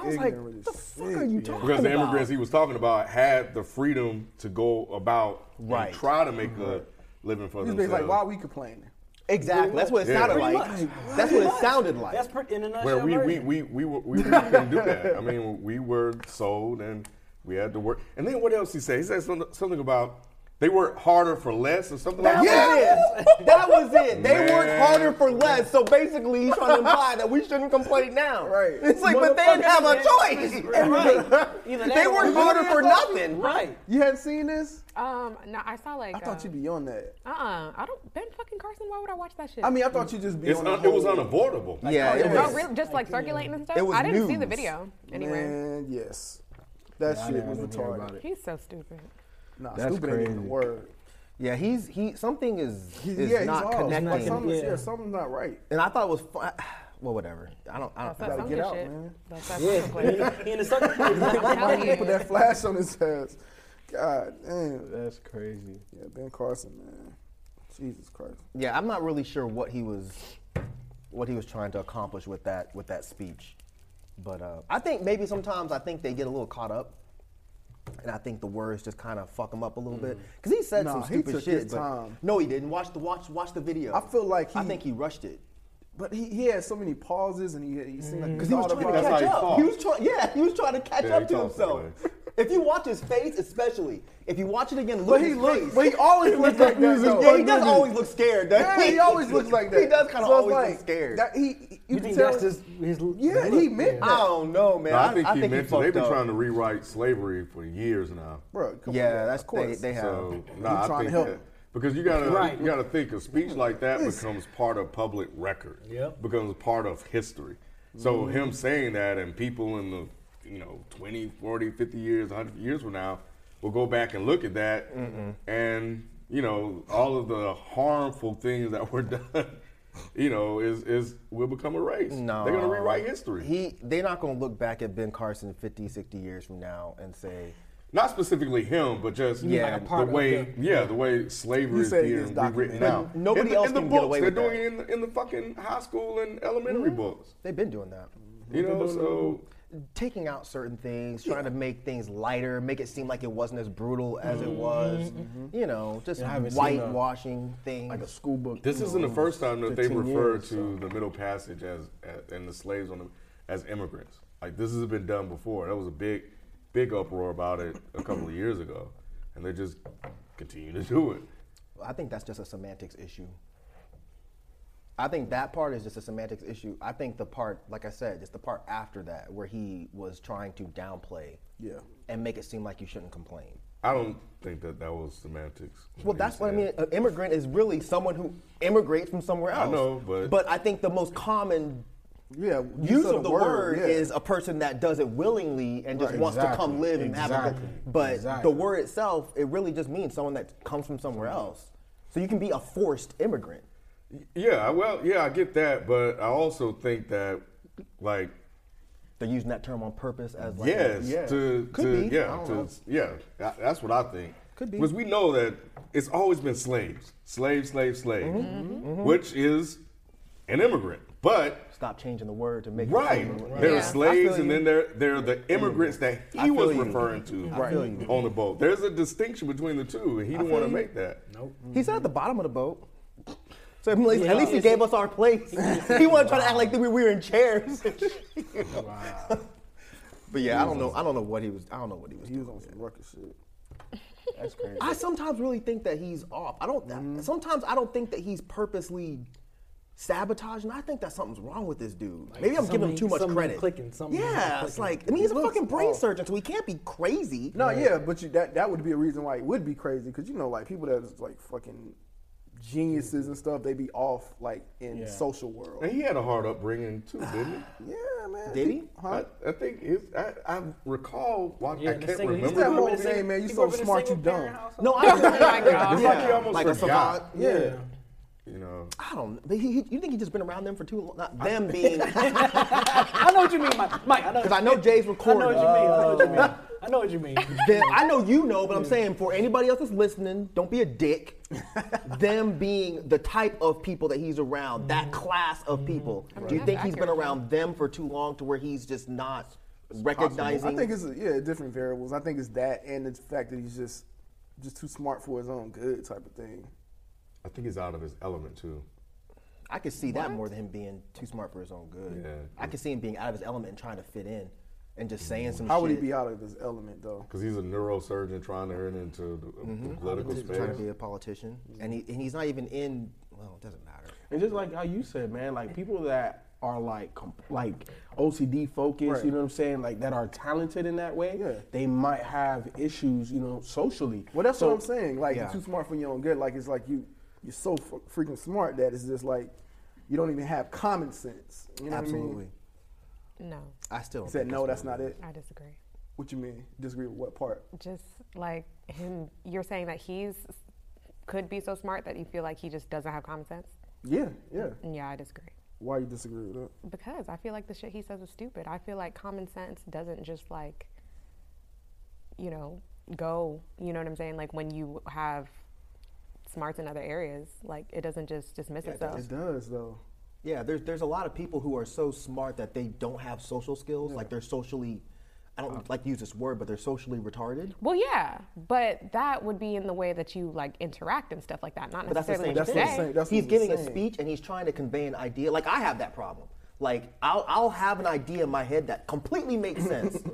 S5: I was like,
S2: ignorant
S5: "The
S2: as
S5: fuck are you talking
S4: Because the
S5: about?"
S4: immigrants he was talking about had the freedom to go about
S5: Right.
S4: and try to make a living for
S2: These niggas
S4: themselves.
S2: like, why we complaining?
S5: Exactly. That's what it
S4: Yeah.
S5: sounded
S4: Pretty
S5: like. That's what it sounded like.
S9: That's pretty in a nutshell.
S4: Where we we,
S9: version.
S4: we we were- we we couldn't do that. I mean, we were sold and we had to work. And then what else he said? He said something, something about they work harder for less or something like that.
S5: Yes, that was it. They
S4: Man.
S5: worked harder for less. So basically, he's trying to imply that we shouldn't complain now.
S2: Right.
S5: It's like, but they didn't have a
S9: Motherfuckers,
S5: choice.
S9: Right. Either that
S5: they
S9: or
S5: worked
S9: we
S5: harder
S9: did
S5: for
S9: something.
S5: nothing.
S9: Right.
S2: You hadn't seen this?
S3: Um, no, I saw like.
S2: I thought you'd be on that.
S3: Uh, uh I don't. Ben fucking Carson. Why would I watch that shit?
S2: I mean, I thought you'd just be
S4: It's
S2: on. the
S4: un, it was
S2: whole-
S4: unavoidable.
S5: Yeah, it
S3: oh,
S5: was.
S3: really? Just like circulating and stuff.
S5: It was
S3: I didn't see the
S5: news.
S3: video anywhere.
S2: Man, yes. That shit was retarded.
S3: He's so stupid.
S2: Nah,
S7: That's
S2: stupid ain't even the
S7: crazy.
S2: word.
S5: Yeah, he's he something is
S2: He's,
S5: is
S2: yeah, he's
S5: not
S2: off.
S5: connecting.
S2: Like, something's,
S9: Yeah.
S2: yeah, something's not right.
S5: and I thought it was fun. Well, whatever. I don't. I don't.
S3: That's
S2: get out,
S3: shit.
S2: man.
S3: That's that
S9: Yeah.
S3: Sunken place.
S9: He- he in the sucker
S3: I'm telling
S2: Put
S3: you.
S2: that flash on his ass. God damn.
S7: That's crazy.
S2: Yeah, Ben Carson, man. Jesus Christ.
S5: yeah, I'm not really sure what he was what he was trying to accomplish with that with that speech. But uh, I think maybe sometimes I think they get a little caught up, and I think the words just kind of fuck them up a little bit. Because he said some
S2: Mm. Nah, he
S5: stupid
S2: took
S5: shit.
S2: his
S5: but-
S2: time.
S5: No, he didn't. Watch the watch watch the video.
S2: I feel like
S5: I
S2: he-
S5: think he rushed it.
S2: But he, he had so many pauses and he, he seemed like
S5: Because Mm-hmm. he was trying to
S4: That's how
S5: catch
S4: he
S5: up.
S4: talks.
S5: He was trying, yeah, he was trying to catch
S4: Yeah,
S5: up
S4: he
S5: to
S4: talks that
S5: himself.
S4: way.
S5: If you watch his face, especially if you watch it again, look
S2: But
S5: at
S2: he
S5: his face.
S2: looked, but he always looks like that. though.
S5: yeah, he does always look scared. doesn't
S2: Yeah, he always looks like that.
S5: He does kind of
S2: So it's
S5: always
S2: like,
S5: look scared.
S2: That, he, he- you,
S9: You
S2: can
S9: think
S2: tell.
S9: that's his his
S2: yeah,
S9: look?
S2: he meant
S5: I
S2: that.
S5: don't know, man.
S4: No, I think he
S5: he
S4: meant to. They've
S5: fucked
S4: been
S5: up.
S4: trying to rewrite slavery for years now.
S2: Bro, come
S5: Yeah,
S2: on, man.
S5: that's-
S2: of course.
S5: they- they have-
S4: So,
S2: Yeah.
S4: nah,
S2: He
S4: I
S2: trying to
S4: think
S2: help.
S4: that- because you gotta
S9: Right.
S4: you gotta think a speech like that becomes part of public record.
S9: Yep.
S4: Becomes part of history. So
S2: Mm-hmm.
S4: him saying that and people in the you know 20, 40, 50 years, 100 years from now will go back and look at that and you know all of the harmful things that were done you know is is will become erased.
S5: No.
S4: They're going to rewrite history.
S5: He, they're not going to look back at Ben Carson 50, 60 years from now and say,
S4: not specifically him, but just
S5: mean like a
S4: the
S9: part of
S4: way,
S9: the-
S4: yeah, the way slavery
S2: You
S4: is
S2: said it
S4: being
S2: is documented.
S4: rewritten out.
S5: But nobody
S4: in the,
S5: else
S4: in the
S5: can get
S4: books,
S5: away
S4: they're
S5: with
S4: doing
S5: that. Mm-hmm.
S4: it in the, in the fucking high school and elementary books.
S5: they've been doing that.
S4: You know, so
S5: Taking out certain things, trying to make things lighter, make it seem like it wasn't as brutal as it was. You know, just
S7: Mm-hmm. Yeah, I haven't seen a-
S5: whitewashing things.
S7: Like a school book.
S4: this isn't the first time that they
S7: 15
S4: refer
S7: years,
S4: to the Middle Passage as, as and the slaves on them as immigrants. Like this has been done before. That was a big, big uproar about it a couple of years ago, and they just continue to do it.
S5: I think that's just a semantics issue. I think that part is just a semantics issue. I think the part, like I said, just the part after that where he was trying to downplay
S2: Yeah.
S5: and make it seem like you shouldn't complain.
S4: I don't think that that was semantics.
S5: Well,
S4: he
S5: that's what I
S4: said.
S5: mean. An immigrant is really someone who immigrates from somewhere
S4: I
S5: else.
S4: know, but-
S5: but I think the most common
S2: Yeah,
S5: use of the word,
S2: yeah.
S5: is a person that does it willingly and just
S7: Right,
S5: wants to
S7: exactly,
S5: come live and have a
S7: exactly,
S5: good. But
S7: exactly.
S5: the word itself, it really just means someone that comes from somewhere else. So you can be a forced immigrant.
S4: Yeah, well, yeah, I get that, but I also think that, like,
S5: They're using that term on purpose as like.
S4: yes,
S5: yeah.
S4: to,
S5: Could
S4: to
S5: be. I
S4: yeah,
S5: don't
S4: to,
S5: know.
S4: yeah, tha- that's what I think.
S5: Could be.
S4: because we know that it's always been slaves, slave, slave, slave,
S5: Mm-hmm.
S4: which is an immigrant, but.
S5: Stop changing the word to make it
S4: Right,
S5: seem-
S4: there
S3: Yeah.
S4: are
S5: I
S4: slaves,
S5: feel
S4: and
S5: you.
S4: then there there are the immigrants that
S5: I
S4: he
S5: feel
S4: was
S5: you.
S4: referring to
S5: I feel you.
S4: on the boat. There's a distinction between the two, and he didn't want to make that.
S9: Nope.
S5: He sat at the bottom of the boat. So at least, at least he gave us our place. he wanted to try to act like we were in chairs. But yeah, I don't know. I don't know what he was. I don't know what he was
S2: He was
S5: doing.
S2: on some ruckus shit.
S7: That's crazy.
S5: I sometimes really think that he's off. I don't. Sometimes I don't think that he's purposely sabotaging. I think that something's wrong with this dude. Maybe I'm giving
S9: something-
S5: him too much
S9: something
S5: credit.
S9: clicking, something
S5: yeah,
S9: clicking.
S5: it's like I mean he's a
S2: He looks
S5: fucking brain
S2: off.
S5: surgeon, so he can't be crazy.
S2: No, yeah, but you, that that would be a reason why it would be crazy because you know, like people that's like fucking geniuses and stuff, they be off like in social world.
S4: And he had a hard upbringing too, didn't he?
S2: Yeah, man.
S5: Did he?
S2: Huh?
S4: I, I think his, I, I recall. watching. I
S9: the
S4: can't
S9: single- he's
S4: remember.
S9: He grew up in a
S2: That whole
S9: single-
S2: game, man. You
S9: he
S2: so
S9: grew up in a
S2: smart, you
S9: single-parent
S2: dumb.
S9: household.
S5: No, I don't think
S3: my God.
S4: Oh It's like he almost
S5: like a
S4: forgot.
S5: savant.
S2: Yeah.
S4: You know,
S5: I don't. But he, he, you think he's just been around them for too long? Not them being
S9: I know what you mean, Mike. Mike, I know.
S5: because I know Jay's
S9: I
S5: recording. Uh,
S9: know what you mean. I know what you mean. I know what you mean.
S5: them, I know you know, but I'm saying for anybody else that's listening, don't be a dick. them being the type of people that he's around, that class of people. Do you
S3: that's
S5: think he's been
S3: accurate.
S5: around them for too long to where he's just not recognizing?
S2: I think it's yeah, different variables. I think it's that and the fact that he's just just too smart for his own good type of thing.
S4: I think he's out of his element too.
S5: I could see that more than him being too smart for his own good.
S4: Yeah.
S5: I could see him being out of his element and trying to fit in and just saying some
S2: How
S5: shit.
S2: would he be out of his element though?
S4: Because he's a neurosurgeon trying to earn into the, the political space.
S5: Mm-hmm. trying to be a politician, and he and he's not even in. Well, it doesn't matter.
S7: And just like how you said, man, like people that are like com- like OCD focused, you know what I'm saying? Like that are talented in that way.
S2: Yeah.
S7: They might have issues, you know, socially.
S2: Well, that's
S7: So-
S2: what I'm saying. Like,
S5: yeah.
S2: you're too smart for your own good. Like, it's like you, you're so f- freaking smart that it's just like you don't even have common sense. You know what I
S5: Absolutely.
S2: mean?
S3: No,
S5: I, still
S2: He said, no, that's not it.
S3: I disagree.
S2: What you mean? Disagree with what part?
S3: Just like him, you're saying that he's could be so smart that you feel like he just doesn't have common sense.
S2: Yeah, yeah.
S3: Yeah, I disagree.
S2: Why you disagree with that?
S3: Because I feel like the shit he says is stupid. I feel like common sense doesn't just like, you know, go. You know what I'm saying? Like when you have smarts in other areas, like it doesn't just dismiss itself.
S2: It does though.
S5: Yeah, there's there's a lot of people who are so smart that they don't have social skills. Like they're socially, I don't like to use this word, but they're socially retarded.
S3: Well, yeah, but that would be in the way that you like interact and stuff like that, not
S5: But that's the
S3: necessarily
S5: same
S2: That's
S3: what you
S5: thing.
S2: what I'm
S3: say.
S2: saying. That's what
S5: he's
S2: I'm
S5: giving a
S2: saying.
S5: speech and he's trying to convey an idea. Like I have that problem. Like I'll I'll have an idea in my head that completely makes sense.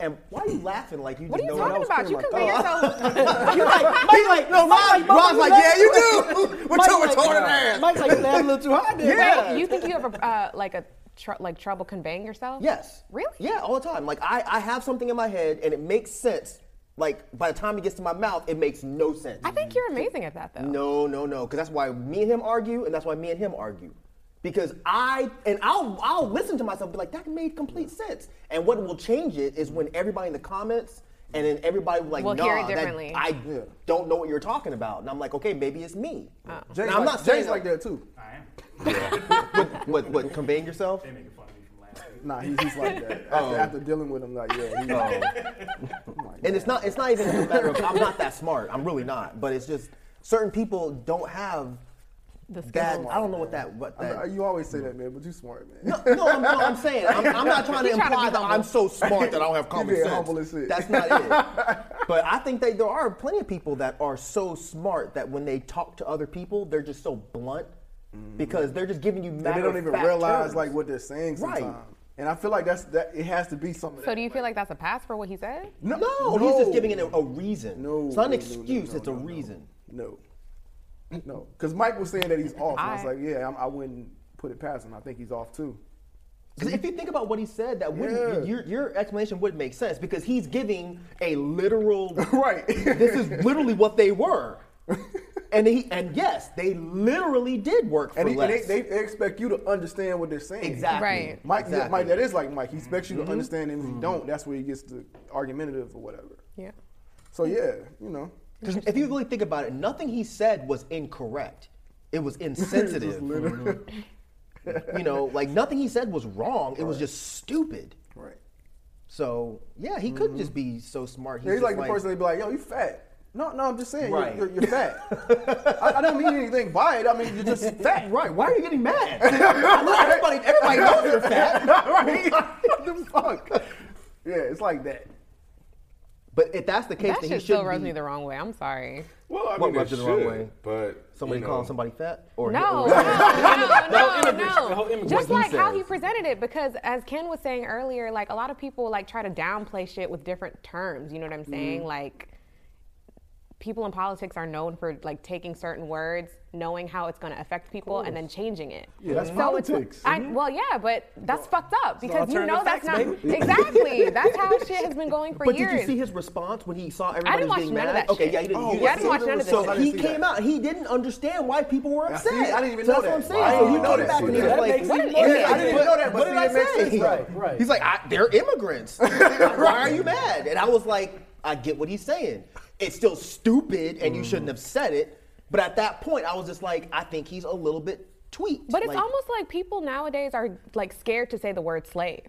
S5: and why are you laughing like you
S3: What are
S5: just
S3: you
S5: know
S3: talking
S5: what
S3: about? You
S5: I was
S3: convey yourself.
S5: doing? You're like, Mike's like, no, Mike, Rob's like, yeah, you do. With your retarded ass.
S9: Mike's like, you laughed a little too hard there.
S5: Yeah.
S3: Wait, you think you have a uh, like a tr- like trouble conveying yourself?
S5: Yes.
S3: Really?
S5: Yeah, all the time. Like I, I have something in my head and it makes sense. Like by the time it gets to my mouth, it makes no sense.
S3: I think you're amazing at that though.
S5: No, no, no. Because that's why me and him argue, and that's why me and him argue. Because I and I'll I'll listen to myself and be like, that made complete sense. And what will change it is when everybody in the comments and then everybody will like,
S3: Will
S5: nah,
S3: hear it
S5: that-
S3: differently."
S5: I don't know what you're talking about. And I'm like, okay, maybe it's me.
S3: Oh.
S5: And
S2: Jay's
S5: I'm
S2: like,
S5: not saying
S2: Jay's like that too.
S6: I am.
S5: What what conveying yourself?
S6: They making fun of me from last week.
S2: Nah, he's, he's like that. After,
S5: Oh.
S2: after dealing with him, like yeah. He's,
S5: And it's not it's not even a matter of I'm not that smart. I'm really not. But it's just certain people don't have
S3: The
S5: that.
S3: skills.
S5: I don't know what that what that.
S2: "Oh, you always say that, man, but you smart, man.
S5: no, I'm, no, I'm saying I'm, I'm not trying to
S3: He trying to
S5: imply
S3: be
S5: that
S3: humble.
S5: I'm so smart that I don't have common
S2: being
S5: sense.
S2: humble as shit.
S5: That's not it. but I think that there are plenty of people that are so smart that when they talk to other people, they're just so blunt because they're just giving you.
S2: Mm-hmm. and they don't even
S5: matter-of-fact
S2: realize
S5: terms.
S2: like what they're saying
S5: Right.
S2: sometimes. And I feel like that's that. It has to be something.
S3: So do you feel like that's a pass for what he said?
S5: No, he's just giving it a, a reason.
S2: No,
S5: it's not an
S2: no, no, no,
S5: excuse.
S2: no,
S5: it's a
S2: no, no.
S5: reason.
S2: No. No. Because Mike was saying that he's off. and I was
S3: I-
S2: like, yeah, I'm, I wouldn't put it past him. I think he's off too.
S5: Because if you think about what he said, that wouldn't
S2: Yeah.
S5: your, your explanation would make sense because he's giving a literal
S2: Right.
S5: this is literally what they were, and he and yes, they literally did work for
S2: And, he, and they,
S5: less.
S2: they they expect you to understand what they're saying.
S5: exactly. Mm-hmm.
S3: Right. Mm-hmm.
S2: Mike, yeah,
S5: exactly.
S2: Mike, that is like Mike. He expects you to understand, and if you don't, that's where he gets the argumentative or whatever.
S3: Yeah.
S2: So yeah, you know,
S5: 'Cause if you really think about it, nothing he said was incorrect. It was insensitive. you know, like nothing he said was wrong. It was just stupid.
S2: right?
S5: So yeah, he couldn't just be so smart.
S2: Yeah, he's
S5: just
S2: like the person that be like, "Yo, you fat." No, no, I'm just saying, you're-
S5: Right.
S2: you're, you're, fat. I, I don't mean anything by it. I mean you're just fat.
S5: Right? Why are you getting mad? I know everybody, everybody knows you're fat.
S2: right? what the fuck? Yeah, it's like that.
S5: But if that's the case,
S3: That
S5: then he
S3: shit still
S5: should
S3: rubs
S5: be-
S3: me the wrong way. I'm sorry.
S4: Well, I
S5: What
S4: mean,
S5: rubbed
S4: it
S5: you the wrong
S4: should,
S5: way?
S4: But
S5: Somebody
S4: you know,
S5: calling somebody fat, or
S3: No,
S5: or-
S3: no, no, no,
S9: the whole
S3: no.
S9: immigrant
S3: Just
S5: thing
S3: like how
S5: says.
S3: he presented it, because as Ken was saying earlier, like
S5: Mm-hmm.
S3: a lot of people like try to downplay shit with different terms. You know what I'm saying? Like people in politics are known for like taking certain words, knowing how it's going to affect people, and then changing it.
S4: Yeah, that's
S3: it's-
S4: politics.
S3: I, well, yeah, but that's fucked up because you know
S5: alternative
S3: that's
S5: facts,
S3: not
S5: baby.
S3: exactly. That's how shit has been going for
S5: but
S3: years.
S5: did you see his response when he saw everybody
S3: didn't
S5: was
S3: watch
S5: being
S3: none of
S5: mad?
S3: that
S5: okay,
S3: shit.
S5: yeah, he didn't.
S3: Oh,
S5: you
S3: yeah, I didn't watch none of that
S5: So
S3: shit. I
S5: he
S3: didn't see
S5: came out. He didn't understand why people were
S2: I
S5: upset.
S2: see, I didn't even
S5: so
S2: know
S5: That's
S2: that.
S5: what I'm
S2: I didn't
S5: saying. So he
S2: even know
S5: came
S2: that
S5: back
S2: shit.
S5: and he was
S2: That
S5: like,
S2: makes
S3: what an
S5: "Yeah,
S3: idiot.
S5: I didn't know that.
S2: but
S5: What
S2: see,
S5: did I
S2: it makes
S5: say?
S2: sense, right,
S9: right.
S5: He's like, I, they're immigrants. Why are you mad? And I was like, I get what he's saying. It's still stupid, and you
S2: Mm.
S5: shouldn't have said it. But at that point, I was just like, I think he's a little bit tweaked.
S3: But it's
S5: Like,
S3: almost like people nowadays are like scared to say the word slave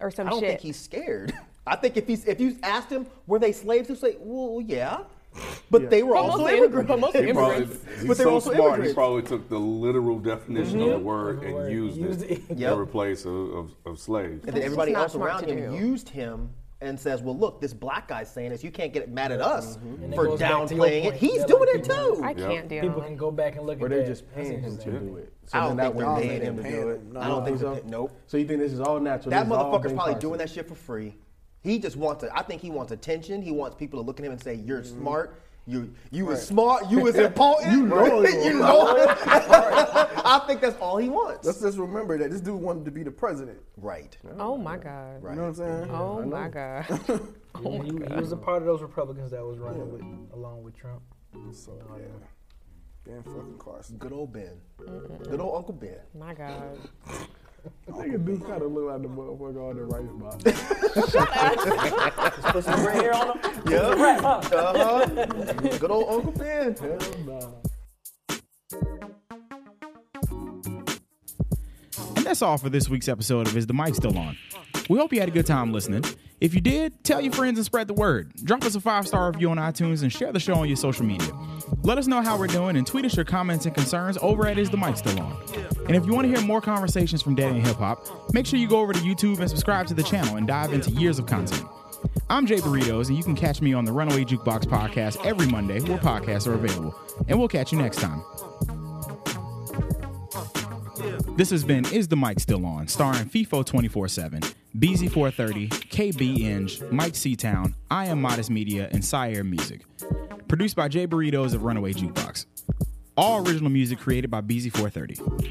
S3: or some
S5: I don't
S3: shit.
S5: think he's scared. I think if he's if you asked him, were they slaves? He'll say, well, yeah. But they were
S3: But
S5: also
S3: mostly-
S5: immigrants.
S3: but mostly
S4: He probably, he's
S5: But they're
S4: so
S5: also
S4: smart.
S5: immigrants. Mm-hmm.
S4: He probably took the literal definition of the word and used,
S9: Used
S4: it,
S9: it.
S5: Yep.
S4: in replace of, of, of slaves.
S5: And then everybody
S3: not
S5: else
S3: smart
S5: around
S3: to
S5: him
S3: do.
S5: used him and says, well, look, this black guy's saying this. You can't get mad at us
S9: Mm-hmm. And it
S5: for
S9: goes back to your
S5: downplaying it.
S9: point.
S5: He's
S9: Yeah,
S5: doing
S9: like
S5: it
S9: people-
S5: too.
S3: I
S5: I,
S3: can't deal
S9: People
S3: with
S9: can
S3: it.
S9: go back and look
S7: Or
S9: at
S7: they're
S9: that.
S7: just
S9: That's
S7: paying him to
S4: interesting.
S7: do it. So
S5: I
S7: then
S5: don't
S7: that
S5: think
S7: way
S5: they're
S7: they
S5: paying
S7: didn't
S5: him
S7: do
S5: to do
S7: it.
S5: it. I don't think they're paying- nope.
S7: So you think this is all natural?
S5: that
S7: This is all
S5: motherfucker's
S7: been
S5: probably doing
S7: processed.
S5: that shit for free. He just wants to, I think he wants attention. He wants people to look at him and say, you're
S2: Mm-hmm.
S5: smart. You you was smart. You was important. you know it. you know it. I think that's all he wants.
S2: Let's just remember that this dude wanted to be the president.
S5: right.
S3: Oh my god.
S2: You know what I'm saying?
S3: Oh my god.
S9: Yeah, he, he was a part of those Republicans that was running with, along with Trump.
S2: So
S3: Oh,
S2: yeah, damn fucking Carson.
S5: Good old Ben.
S2: Mm-hmm.
S5: Good old Uncle Ben.
S3: my god.
S7: Nigga do kind of look like the motherfucker on the right spot.
S9: Put some gray hair on him.
S5: Uh-huh. Good old Uncle Ben.
S1: And that's all for this week's episode of Is the Mic Still On? We hope you had a good time listening. If you did, tell your friends and spread the word. Drop us a five star review on iTunes and share the show on your social media. Let us know how we're doing and tweet us your comments and concerns over at Is the Mic Still On? And if you want to hear more conversations from Daddy and Hip Hop, make sure you go over to YouTube and subscribe to the channel and dive into years of content. I'm Jay Burritos, and you can catch me on the Runaway Jukebox podcast every Monday where podcasts are available. And we'll catch you next time. This has been Is the Mic Still On? starring FIFO 24 7, BZ430, KB Inge, Mike Seatown, I Am Modest Media, and Sire Music. Produced by Jay Burritos of Runaway Jukebox. All original music created by BZ430.